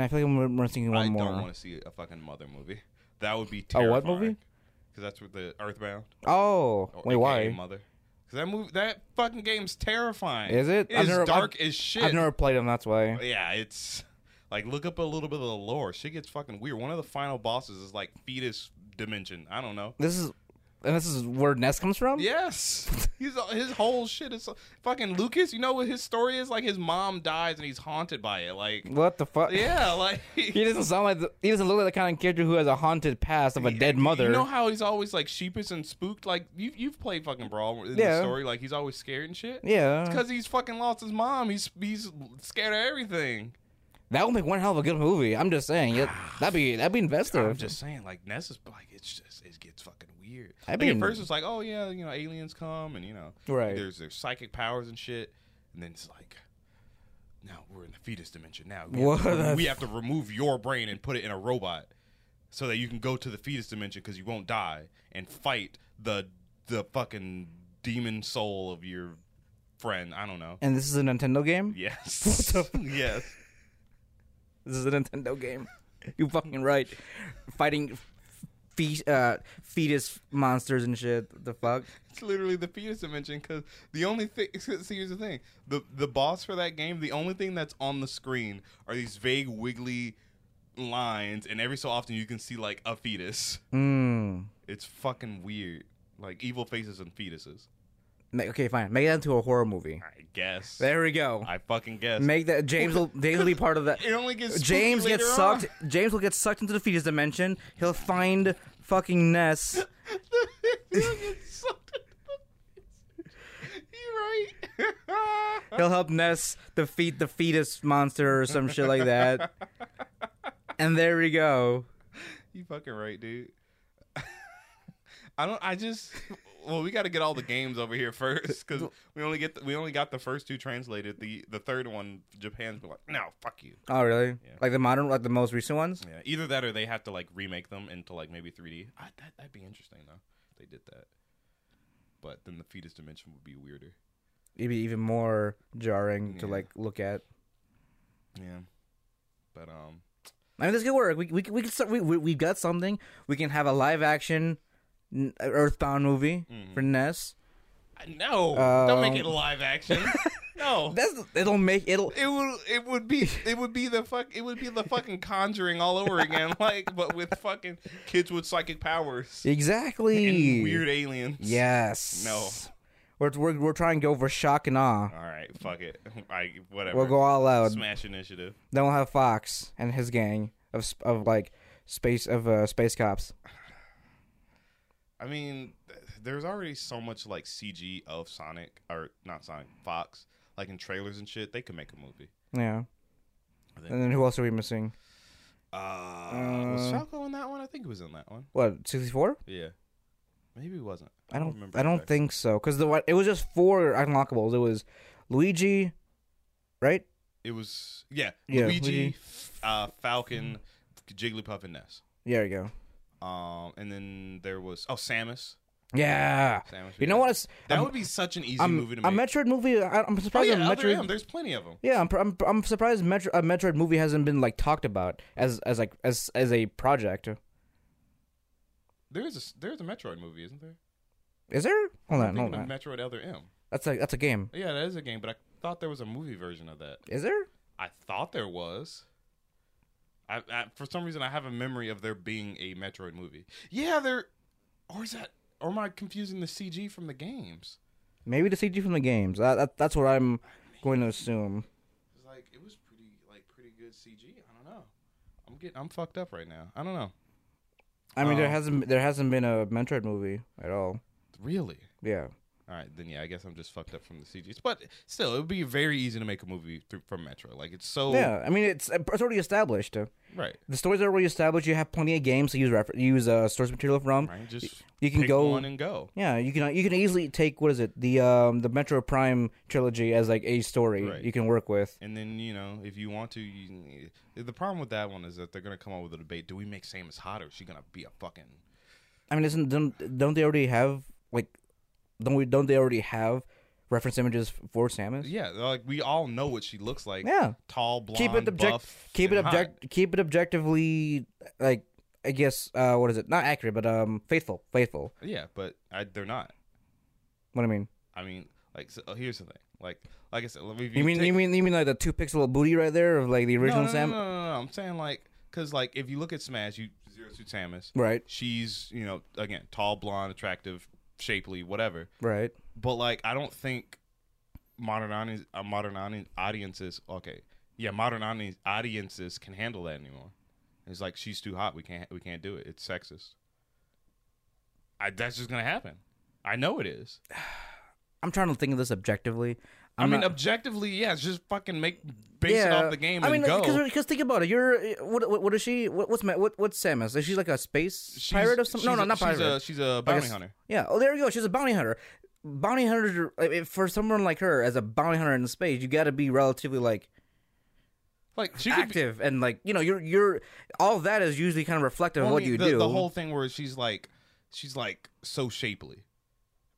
And,
Ness.
I feel like I'm missing one
I
more.
don't want to see a fucking mother movie. That would be
A
terrifying.
what movie?
'Cause because that's what the Earthbound.
Oh,
or
wait,
AKA
why?
Mother? Because that movie, that fucking game's terrifying.
Is it? I've
It's
never-
dark as shit.
I've never played them. That's why.
Yeah, it's like look up a little bit of the lore. Shit gets fucking weird. One of the final bosses is like fetus dimension. I don't know.
This is and this is where Ness comes from.
Yes, he's his whole shit is fucking Lucas. You know what his story is? Like his mom dies and he's haunted by it. Like
What the fuck?
yeah, like
He doesn't sound like the, he doesn't look like the kind of character who has a haunted past of a dead mother.
You know how he's always like sheepish and spooked. Like you you've played fucking brawl in
Yeah.
the story. Like he's always scared and shit.
yeah,
Because he's fucking lost his mom. He's he's scared of everything.
that would make one hell of a good movie. I'm just saying, yeah, that'd be that'd be investive.
I'm just saying, like Ness is like it's just it gets fucking weird.
I
I like,
mean-
at first it's like, oh yeah, you know, aliens come and you know,
Right.
There's there's psychic powers and shit, and then it's like, now we're in the fetus dimension. Now we,
What
Have,
the
to, we have to remove your brain and put it in a robot, so that you can go to the fetus dimension because you won't die and fight the the fucking demon soul of your friend. I don't know.
and this is a Nintendo game.
Yes.
What
yes.
This is a Nintendo game. you fucking right. Fighting fe- uh, fetus monsters and shit. The fuck.
It's literally the fetus dimension because the only thing. See, here's the thing: the the boss for that game, the only thing that's on the screen are these vague, wiggly lines, and every so often you can see like a fetus.
Mm.
It's fucking weird, like evil faces and fetuses.
Ma- Okay, fine. Make that into a horror movie.
I guess.
There we go.
I fucking guess.
Make that James will James will be part of that.
it only gets spooky
James gets
later
sucked.
on.
James will get sucked into the fetus dimension. He'll find fucking Ness.
He'll get sucked into the fetus. You're right.
He'll help Ness defeat the fetus monster or some shit like that. And there we go.
You fucking right, dude. I don't. I just. Well, we got to get all the games over here first because we only get the, we only got the first two translated. The the third one, Japan's been like, no, fuck you.
Oh really? Like the modern, like the most recent ones.
Yeah, either that or they have to like remake them into like maybe 3D. I, that, that'd be interesting though. If they did that, but then the fetus dimension would be weirder.
It'd be even more jarring to
Yeah.
like look at.
Yeah, but um,
I mean, this could work. We we we could start, we we we got something. We can have a live action n- Earthbound movie
Mm-hmm.
for Ness.
I- no, don't make it live action. no,
That's it'll make it'll
it would it would be it would be the fuck it would be the fucking conjuring all over again like but with fucking kids with psychic powers
exactly
and weird aliens
Yes.
No.
We're we're we're trying to go for shock and awe.
all right fuck it I whatever
We'll go all out.
smash initiative
Then we'll have Fox and his gang of sp- of like space of uh, space cops.
I mean th- there's already so much like CG of Sonic or not Sonic Fox like in trailers and shit they could make a movie
Yeah. And then who else are we missing?
uh, was Falco in that one I think it was in that one
What sixty four?
yeah maybe it wasn't
I don't.
remember
I don't
exactly.
think so. Because the one- it was just four unlockables. It was Luigi, right?
it was yeah,
Yeah,
Luigi
Luigi.
uh, Falcon Jigglypuff and Ness
There you go.
Um, and then there was oh Samus.
Yeah.
Samus
You know what? It's,
That
I'm-
would be such an easy
I'm,
movie to
a
make.
Metroid movie. I, I'm
oh,
surprised.
yeah,
a
other
Metroid.
M, there's plenty of them.
yeah, I'm, I'm I'm surprised Metro, a Metroid movie hasn't been like talked about as as like as as a project.
There is a there's a Metroid movie, isn't there?
Is there? Hold on,
I'm
hold
thinking
on.
of Metroid Other M.
That's a that's a game.
Yeah, that is a game, but I thought there was a movie version of that.
Is there?
I thought there was. I, I for some reason I have a memory of there being a Metroid movie. Yeah, there. Or is that? Or am I confusing the CG from the games?
Maybe the CG from the games. That, that that's what I'm going to assume.
It's like it was pretty like pretty good CG. I don't know. I'm getting I'm fucked up right now. I don't know.
I mean, there
Um,
hasn't there hasn't been a Metroid movie at all.
Really?
Yeah.
All right, then yeah, I guess I'm just fucked up from the CGs. But still, it would be very easy to make a movie through, from Metro. Like it's so
Yeah. I mean, it's it's already established.
right,
The stories are already established. You have plenty of games to use refer- use uh, source material from.
right. Just
You can
pick
go-
one and go.
Yeah, you can you can easily take what is it the um the Metro Prime trilogy as like a story
Right.
you can work with.
And then you know, if you want to, you, can- eh, the problem with that one is that they're gonna come up with a debate: Do we make Samus hot, or is she gonna be a fucking?
I mean, isn't don't, don't they already have like don't we don't they already have reference images for Samus?
Yeah, like we all know what she looks like.
Yeah.
tall, blonde,
keep it object
buff,
keep it
and hot.
object keep it objectively like I guess uh, what is it? Not accurate, but um, faithful, faithful.
Yeah, but I, they're not.
What do you mean?
I mean, like, so, oh, here's the thing. Like, like I said, if
You mean
take-
you mean you mean like the two pixel booty right there of like the
no,
original
no, no,
Sam?
No, no, no, no. I'm saying like, cause like if you look at Smash, you zero to Samus.
Right,
She's you know again tall, blonde, attractive, shapely, whatever.
right.
But like, I don't think modern audience, uh, modern audi- audiences. Okay, yeah, modern audi- audiences can handle that anymore. It's like she's too hot. We can't. We can't do it. It's sexist. I, that's just gonna happen. I know it is.
I'm trying to think of this objectively.
i
I'm
mean,
not-
objectively, yeah, it's just fucking make base it off the game
I
and
mean,
go.
Because think about it. You're what? What, what is she? What, what's Ma- what? What's Samus? Is she like a space
She's-
pirate of some? No,
she's
no,
a-
not pirate.
She's a, she's a bounty
guess-
hunter.
yeah. Oh, there you go. She's a bounty hunter. Bounty hunters are- like, if- for someone like her as a bounty hunter in space. You got to be relatively like
Like she could be-
active and like you know you're you're all that is usually kind of reflective of
Well, I
what
mean,
you
the,
do.
The whole thing where she's like, she's like so shapely,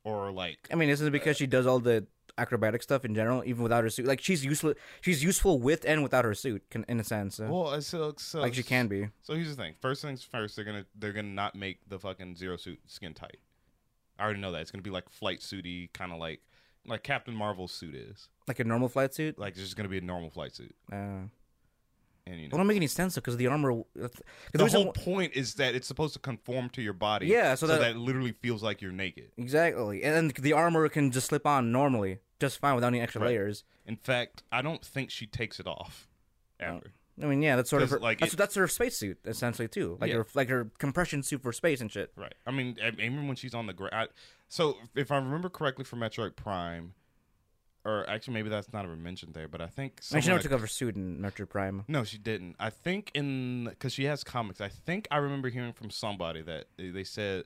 or like
I mean, this is because she does all the acrobatic stuff in general, even without her suit. Like she's useful. She's useful with and without her suit, can, in a sense. So,
well, uh, so, so
like she can be.
So here's the thing. First things first, they're gonna they're gonna not make the fucking zero suit skin tight. I already know that it's gonna be like flight suity, kind of like like Captain Marvel's suit is.
Like a normal flight suit.
Like it's just gonna be a normal flight suit,
Uh,
and you know.
Well, don't make any sense because the armor. that's- 'cause
the
there's a-
whole point is that it's supposed to conform to your body.
Yeah, so
so that,
that-
it literally feels like you're naked.
exactly, and then the armor can just slip on normally, just fine without any extra
Right.
layers.
In fact, I don't think she takes it off ever.
I mean, yeah, that's sort of her,
'Cause, like,
like that's,
it-
that's her spacesuit essentially too, like
Yeah.
her like her compression suit for space and shit.
Right. I mean, e- even when she's on the ground. So, if I remember correctly from Metroid Prime, or actually maybe that's not even mentioned there, but I think
I mean, she
someone-
never took off her suit in Nurture Prime.
No, she didn't. I think in because she has comics. I think I remember hearing from somebody that they they said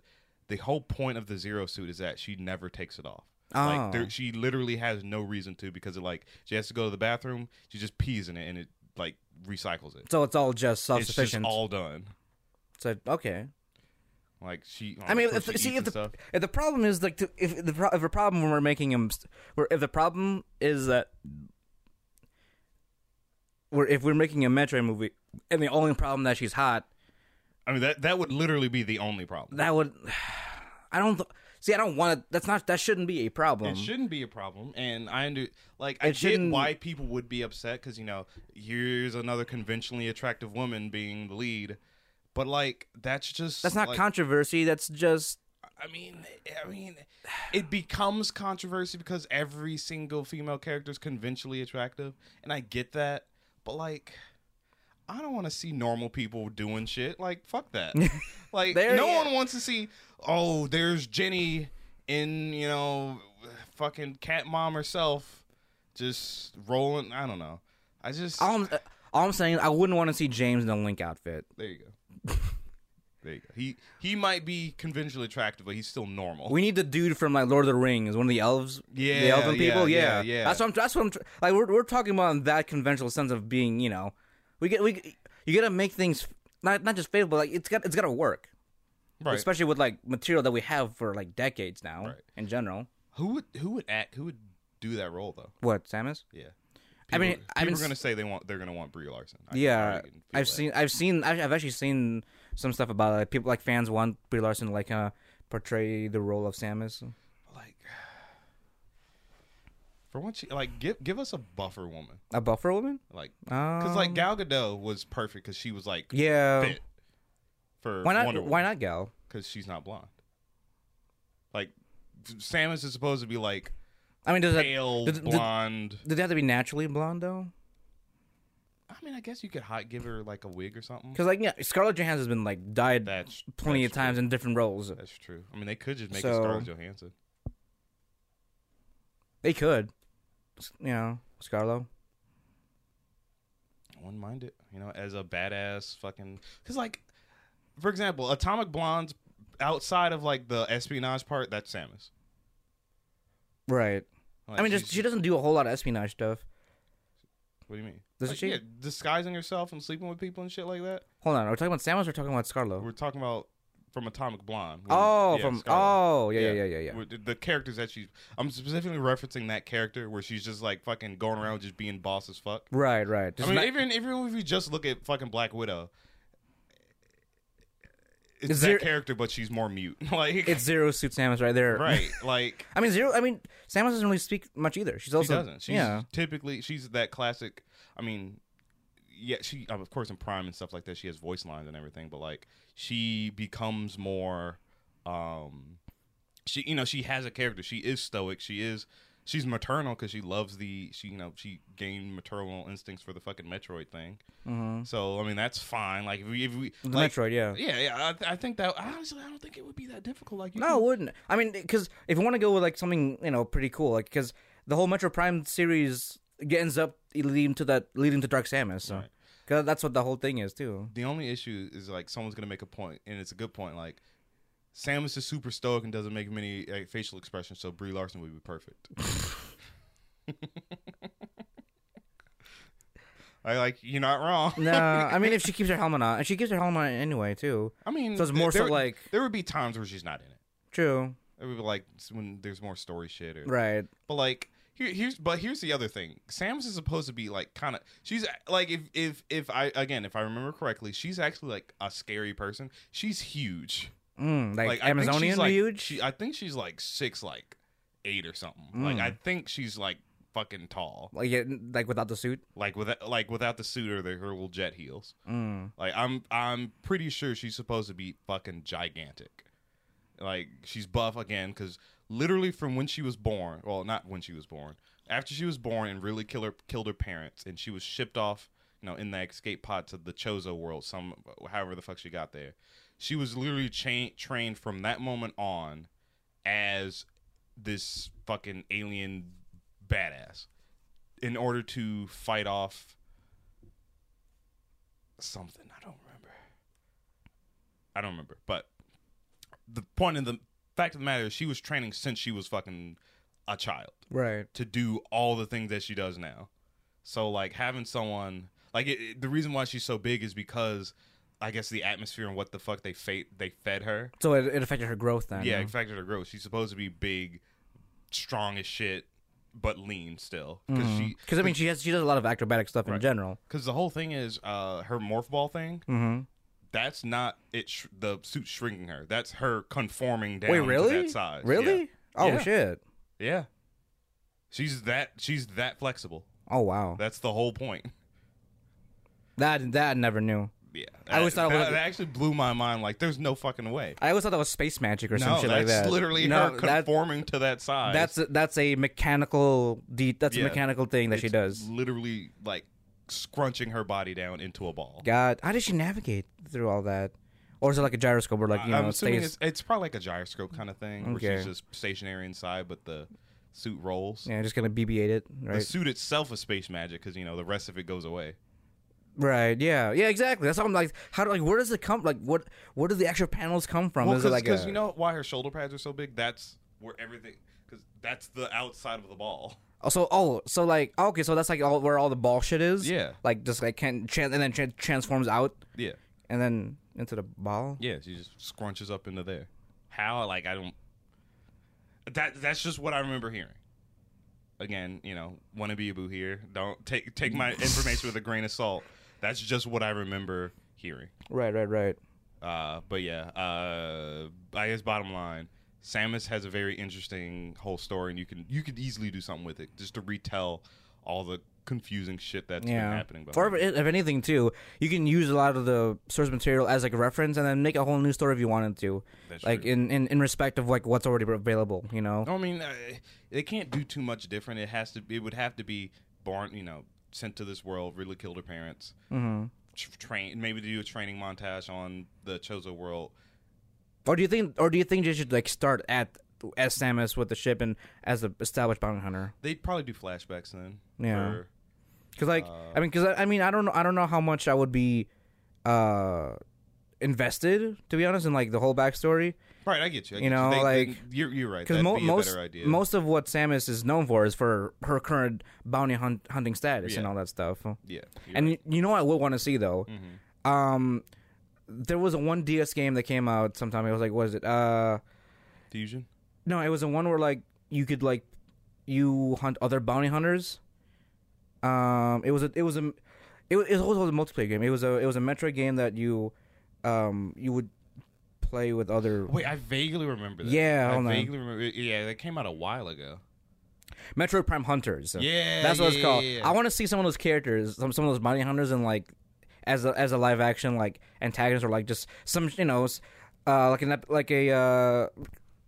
the whole point of the zero suit is that she never takes it off.
Oh.
Like there, she literally has no reason to because it like she has to go to the bathroom. She just pees in it and it like recycles it.
So it's all just self
It's just
sufficient.
all done.
so okay,
Like she.
I mean,
of
if,
course
see
she eats
if
and
the,
stuff.
if the problem is like to, if the pro- if the problem we're making him, st- where if the problem is that we're if we're making a Metroid movie and the only problem that she's hot,
I mean that that would literally be the only problem.
that would I don't th- see. I don't want to. That's not that shouldn't be a problem.
It shouldn't be a problem, and I under like I
It
get
shouldn't-
why people would be upset because you know here's another conventionally attractive woman being the lead, but like that's just
that's not
like,
controversy. That's just
I mean, I mean, it becomes controversy because every single female character is conventionally attractive, and I get that, but like. I don't want to see normal people doing shit. Like fuck that. like
There-
no
yeah.
one wants to see. Oh, there's Jenny in you know, fucking cat mom herself, just rolling. I don't know. I just
all. I'm, all I'm saying. I wouldn't want to see James in a Link outfit.
there you go. there you go. He he might be conventionally attractive, but he's still normal.
We need the dude from like Lord of the Rings, one of the elves, the
Yeah,
elven
yeah,
people. Yeah,
yeah, yeah.
That's what I'm. That's what I'm. tr- Like we're we're talking about in that conventional sense of being, you know, we get we you gotta make things not not just favorable. Like it's got it's gotta work,
right.
especially with like material that we have for like decades now
Right.
in general.
Who would who would act who would do that role though?
What Samus?
Yeah.
I mean,
people,
I've been
people are
s-
gonna say they want they're gonna want Brie Larson. I- I
Yeah,
can feel
I've
that.
seen, I've seen, I've I've actually seen some stuff about it. Like people, like fans want Brie Larson to like uh, portray the role of Samus.
like for once, she, like give give us a buffer woman,
A buffer woman? Um,
like because
Because
like Gal Gadot was perfect because she was like
yeah.
fit for
Why not?
Wonder Woman
Why not Gal?
Because she's not blonde. Like Samus is supposed to be like
I mean, does that
pale
did- did-
blonde.
did they have to be naturally blonde though?
I mean, I guess you could hot give her like a wig or something.
Because like yeah, Scarlett Johansson's been like dyed
That's
plenty
that's
of times in different roles.
True. That's true. I mean, they could just make it
So-
Scarlett Johansson.
They could, S- you know, Scarlo.
I wouldn't mind it, you know, as a badass fucking. Because, like, for example, Atomic Blonde's outside of like the espionage part, that's Samus.
Right.
Like,
I mean, just
she's-
she doesn't do a whole lot of espionage stuff.
What do you mean?
Doesn't
Like,
she?
yeah, disguising herself and sleeping with people and shit like that.
Hold on, are we talking about Samus or talking about Scarlo?
We're talking about from Atomic Blonde. when-
oh,
yeah,
from
Scarlet.
oh yeah yeah yeah yeah. yeah.
With the- The characters that she's, I'm specifically referencing that character where she's just like fucking going around just being boss as fuck.
Right right. Just
I mean,
not-
even even if you just look at fucking Black Widow, it's
Is
that
there-
character, but she's more mute. Like
It's Zero Suit Samus right there.
right, like
I mean, Zero. I mean, Samus doesn't really speak much either. She's also
she doesn't. She's
yeah.
typically she's that classic. I mean, yeah, she um, of course in Prime and stuff like that, she has voice lines and everything, but like she becomes more. um She you know she has a character. She is stoic. She is. She's maternal because she loves the she you know she gained maternal instincts for the fucking Metroid thing. So I mean that's fine. Like if we, if we
Mm-hmm. The
like,
Metroid, yeah.
yeah yeah I, th- I think that honestly I don't think it would be that difficult. Like you
No, it wouldn't. I mean, because if you want to go with like something you know pretty cool, like because the whole Metro Prime series ends up leading to that leading to Dark Samus. So. 'Cause that's what the whole thing is too.
the only issue is like someone's gonna make a point, and it's a good point. Like Samus is super stoic and doesn't make many like, facial expressions, so Brie Larson would be perfect. I like you're not wrong.
No, I mean if she keeps her helmet on, and she keeps her helmet on anyway too.
I mean,
So it's more
there,
so like-
there would be times where she's not in it.
True,
It would be like when there's more story shit or
right?
But like here, here's but here's the other thing. Samus is supposed to be like kind of she's like if if if I again if I remember correctly, she's actually like a scary person. She's huge.
Mm, like,
Like I think she's,
Amazonian
like,
huge.
She, I think she's like six, like eight or something.
Mm.
Like I think she's like fucking tall.
like yeah, like without the suit.
Like without like without the suit or the, her little jet heels.
Mm.
Like I'm I'm pretty sure she's supposed to be fucking gigantic. Like she's buff again because literally from when she was born, well, not when she was born, after she was born and really killed her killed her parents, and she was shipped off, you know, in that escape pod to the Chozo world, some however the fuck she got there. She was literally cha- trained from that moment on as this fucking alien badass in order to fight off something. I don't remember. I don't remember. But the point of the fact of the matter is, she was training since she was fucking a child
Right.
to do all the things that she does now. So like having someone like it, it- the reason why she's so big is because I guess the atmosphere and what the fuck they fate they fed her.
So it, it affected her growth then.
yeah,
huh?
it affected her growth. She's supposed to be big, strong as shit, but lean still because she
Because I mean, she has she does a lot of acrobatic stuff in general.
Because the whole thing is uh, her morph ball thing.
Mm-hmm.
That's not it. Sh- the suit shrinking her. That's her conforming down
Wait, really?
to that size.
Really? Oh
Yeah.
shit!
Yeah. Yeah. She's that. She's that flexible.
Oh wow!
That's the whole point.
That that I never knew.
Yeah.
I always thought it
that,
was-
that actually blew my mind. Like, there's no fucking way.
I always thought that was space magic or some
No,
shit
that's
like that.
literally
no,
her
that-
conforming to that size.
that's a, that's a mechanical de- that's
Yeah.
a mechanical thing that she
It's
does.
Literally, like scrunching her body down into a ball.
God, how does she navigate through all that? Or is it like a gyroscope or like you
I'm
know
assuming
stays?
it's, it's probably like a gyroscope kind of thing, where
Okay.
she's just stationary inside, but the suit rolls.
Yeah, just gonna BB-8 it,
The
right?
suit itself is space magic because you know the rest of it goes away.
right. Yeah. Yeah. Exactly. That's how I'm like. How do like where does it come? Like what? Where do the actual panels come from?
Well,
is it
because
like a,
you know why her shoulder pads are so big? That's where everything because that's the outside of the ball.
Oh, so oh, so like oh, okay, so that's like all where all the ball shit is.
Yeah.
Like just like can tran and then tran transforms out
Yeah,
and then into the ball.
yeah. She just scrunches up into there. How? Like I don't. That that's just what I remember hearing. Again, you know, wanna be a boo here. Don't take take my information with a grain of salt. That's just what I remember hearing.
Right, right, right.
Uh, but yeah, uh, I guess bottom line, Samus has a very interesting whole story, and you can you could easily do something with it just to retell all the confusing shit that's
yeah.
been happening.
Or
behind it.
if, if anything too, you can use a lot of the source material as like a reference and then make a whole new story if you wanted to.
That's
like
true.
in, in in respect of like what's already available, you know.
I mean, uh, they can't do too much different. It has to. It would have to be born, you know, sent to this world, really killed her parents. Mm-hmm. Train maybe do a training montage on the Chozo world.
Or do you think or do you think they should like start at as Samus with the ship and as the established bounty hunter?
They'd probably do flashbacks then.
Yeah.
for-
Because like
Uh,
I mean, because I, I mean, I don't know, I don't know how much I would be uh invested to be honest in like the whole backstory.
right. I get you. I
You
get
know,
They- they-
like-
you're you're right.
Because
That'd be a
most
better idea.
most of what Samus is known for is for her current bounty hunt, hunting status and
Yeah.
all that stuff.
yeah. Mm-hmm. you're
And y you know, what I would want to see though. Um, there was a one DS game that came out sometime. It was like, what is it? Uh,
right. fusion.
no, it was a one where like you could like you hunt other bounty hunters. Um, it was a it was a it was, it was also a multiplayer game. It was a it was a Metroid game that you um you would play with other
Wait, I vaguely remember that.
Yeah,
I
hold on.
vaguely remember. Yeah, that came out a while ago.
Metro Prime Hunters.
Yeah,
that's what
yeah,
it's called.
yeah, yeah.
I want to see some of those characters, some some of those bounty hunters, and like as a, as a live action like antagonist or like just some you know, s- uh, like an ep- like a. Uh,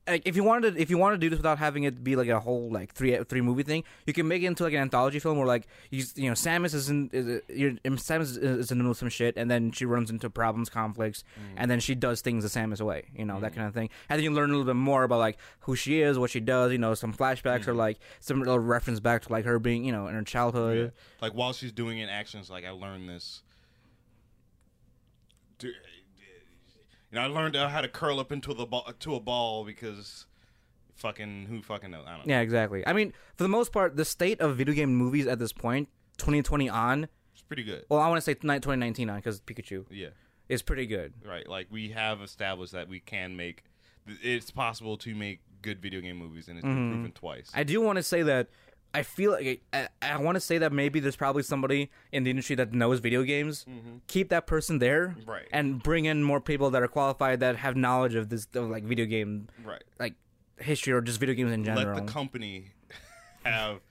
like, if you wanted to, if you want to do this without having it be like a whole like three three movie thing, you can make it into like an anthology film where like you s- you know Samus is in is, you're, Samus is, is in the middle of some shit and then she runs into problems conflicts and then she does things the Samus way you know that kind of thing and then you learn a little bit more about like who she is what she does you know some flashbacks or like some little reference back to like her being you know in her childhood
Like while she's doing it, actions like I learned this. Do- You know, I learned uh, how to curl up into the ball to a ball because fucking who fucking knows? I don't know.
yeah exactly I mean for the most part the state of video game movies at this point 2020 on
It's pretty good.
well I want to say tonight 2019 on because Pikachu
Yeah.
is pretty good
Right. Like we have established that we can make it's possible to make good video game movies and it's been proven twice.
Mm-hmm. I do want to say that I feel like I, I want to say that maybe there's probably somebody in the industry that knows video games. Keep that person there,
Mm-hmm. Right.
And bring in more people that are qualified that have knowledge of this of like video game,
right.
like history or just video games in general.
Let the company have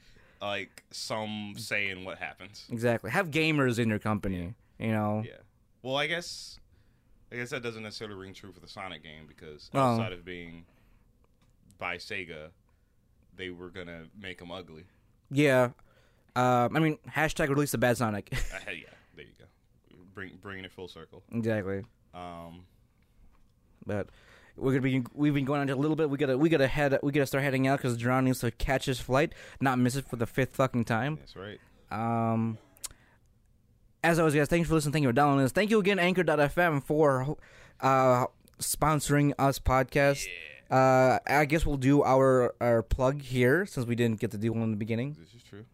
like some say in what happens.
exactly, have gamers in your company. You know,
Yeah. Well, I guess I guess that doesn't necessarily ring true for the Sonic game because
Oh.
outside of being by Sega, they were gonna make them ugly.
yeah. Um, I mean, hashtag release the bad Sonic.
Uh, yeah, there you go. Bring bringing it full circle.
exactly,
Um,
but. We're gonna be. We've been going on a little bit. We gotta. We gotta head. We gotta start heading out because John needs to catch his flight, not miss it for the fifth fucking time.
that's right.
Um, as always, guys, thanks for listening. Thank you for downloading us. Thank you again, Anchor.fm, for uh, sponsoring us podcast. Uh, I guess we'll do our, our plug here since we didn't get to do one in the beginning.
This is true.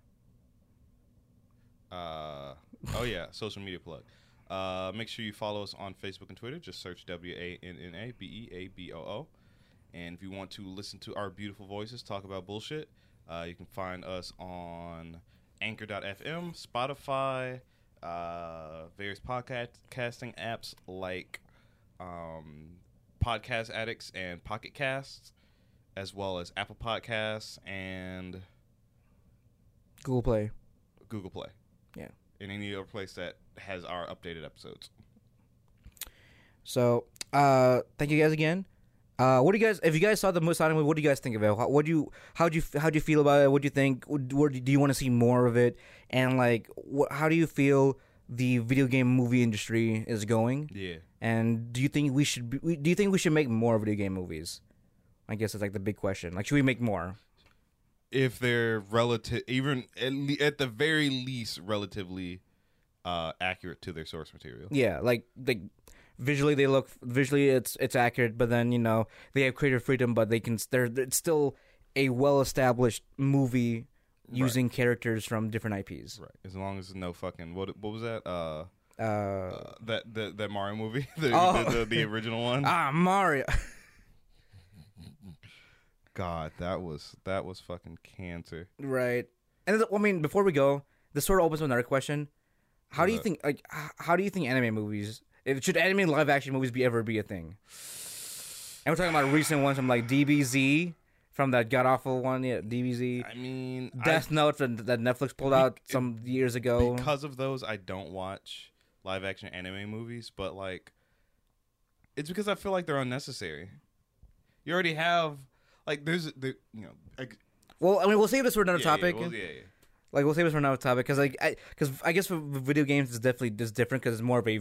Uh, oh yeah, social media plug. Uh, make sure you follow us on Facebook and Twitter. Just search W A N N A B E A B O O. And if you want to listen to our beautiful voices talk about bullshit, uh, you can find us on Anchor.fm, Spotify, uh, various podcasting apps like um, Podcast Addicts and Pocket Casts, as well as Apple Podcasts and
Google Play.
Google Play.
Yeah.
In any other place that has our updated episodes.
So, uh, thank you guys again. Uh, what do you guys? If you guys saw the Musan movie, what do you guys think of it? How, what do you? How do you? How do you feel about it? What do you think? What, what do you- do you want to see more of it? And like, what, how do you feel the video game movie industry is going?
Yeah.
And do you think we should be, we- do you think we should make more video game movies? I guess it's like the big question. Like, should we make more?
If they're relative, even at, le- at the very least, relatively uh, accurate to their source material.
Yeah, like like visually they look visually it's it's accurate, but then you know they have creative freedom, but they can they're it's still a well established movie using characters from different IPs.
Right. As long as no fucking what what was that? Uh,
Uh,
uh, that that that Mario movie, the,
Oh.
the, the, the original one.
ah, Mario.
God, that was that was fucking cancer.
Right. And then, I mean, before we go, this sort of opens with another question. How do you
What?
think like h- how do you think anime movies if should anime live action movies be ever be a thing? And we're talking about recent ones from like DBZ from that god awful one, yeah, DBZ.
I mean, I-
Death Note that, that Netflix pulled out some years ago.
because of those i don't watch live action anime movies but like it's because i feel like they're unnecessary you already have like there's the you know ex-
well, I mean, we'll save this for another
yeah,
topic.
yeah, well, yeah, yeah.
Like, we'll save this for another topic because, like, because I, guess for video games, it's definitely just different because it's more of a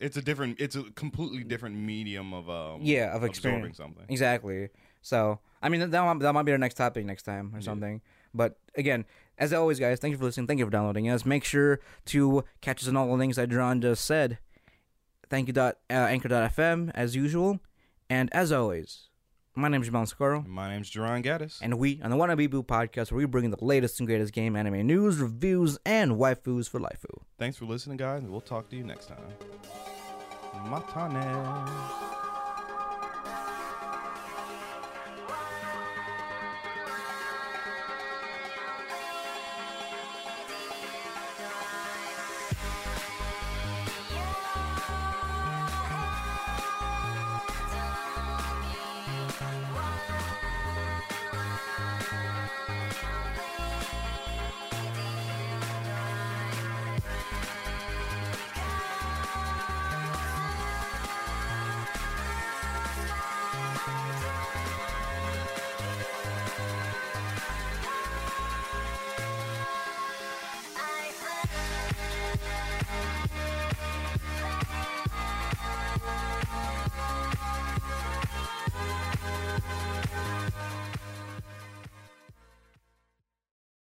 it's a different it's a completely different medium of um
yeah of
absorbing
experience
something
exactly so i mean that, that, might, that might be our next topic next time or something but again as always guys thank you for listening thank you for downloading us make sure to catch us on all the things that john just said thank you dot uh, anchor.fm as usual and as always my name is jamal Scaro,
my name's Jerron Gaddis
and we on the wannabe boo podcast where we bring the latest and greatest game anime news reviews and waifus for life
thanks for listening guys and we'll talk to you next time matane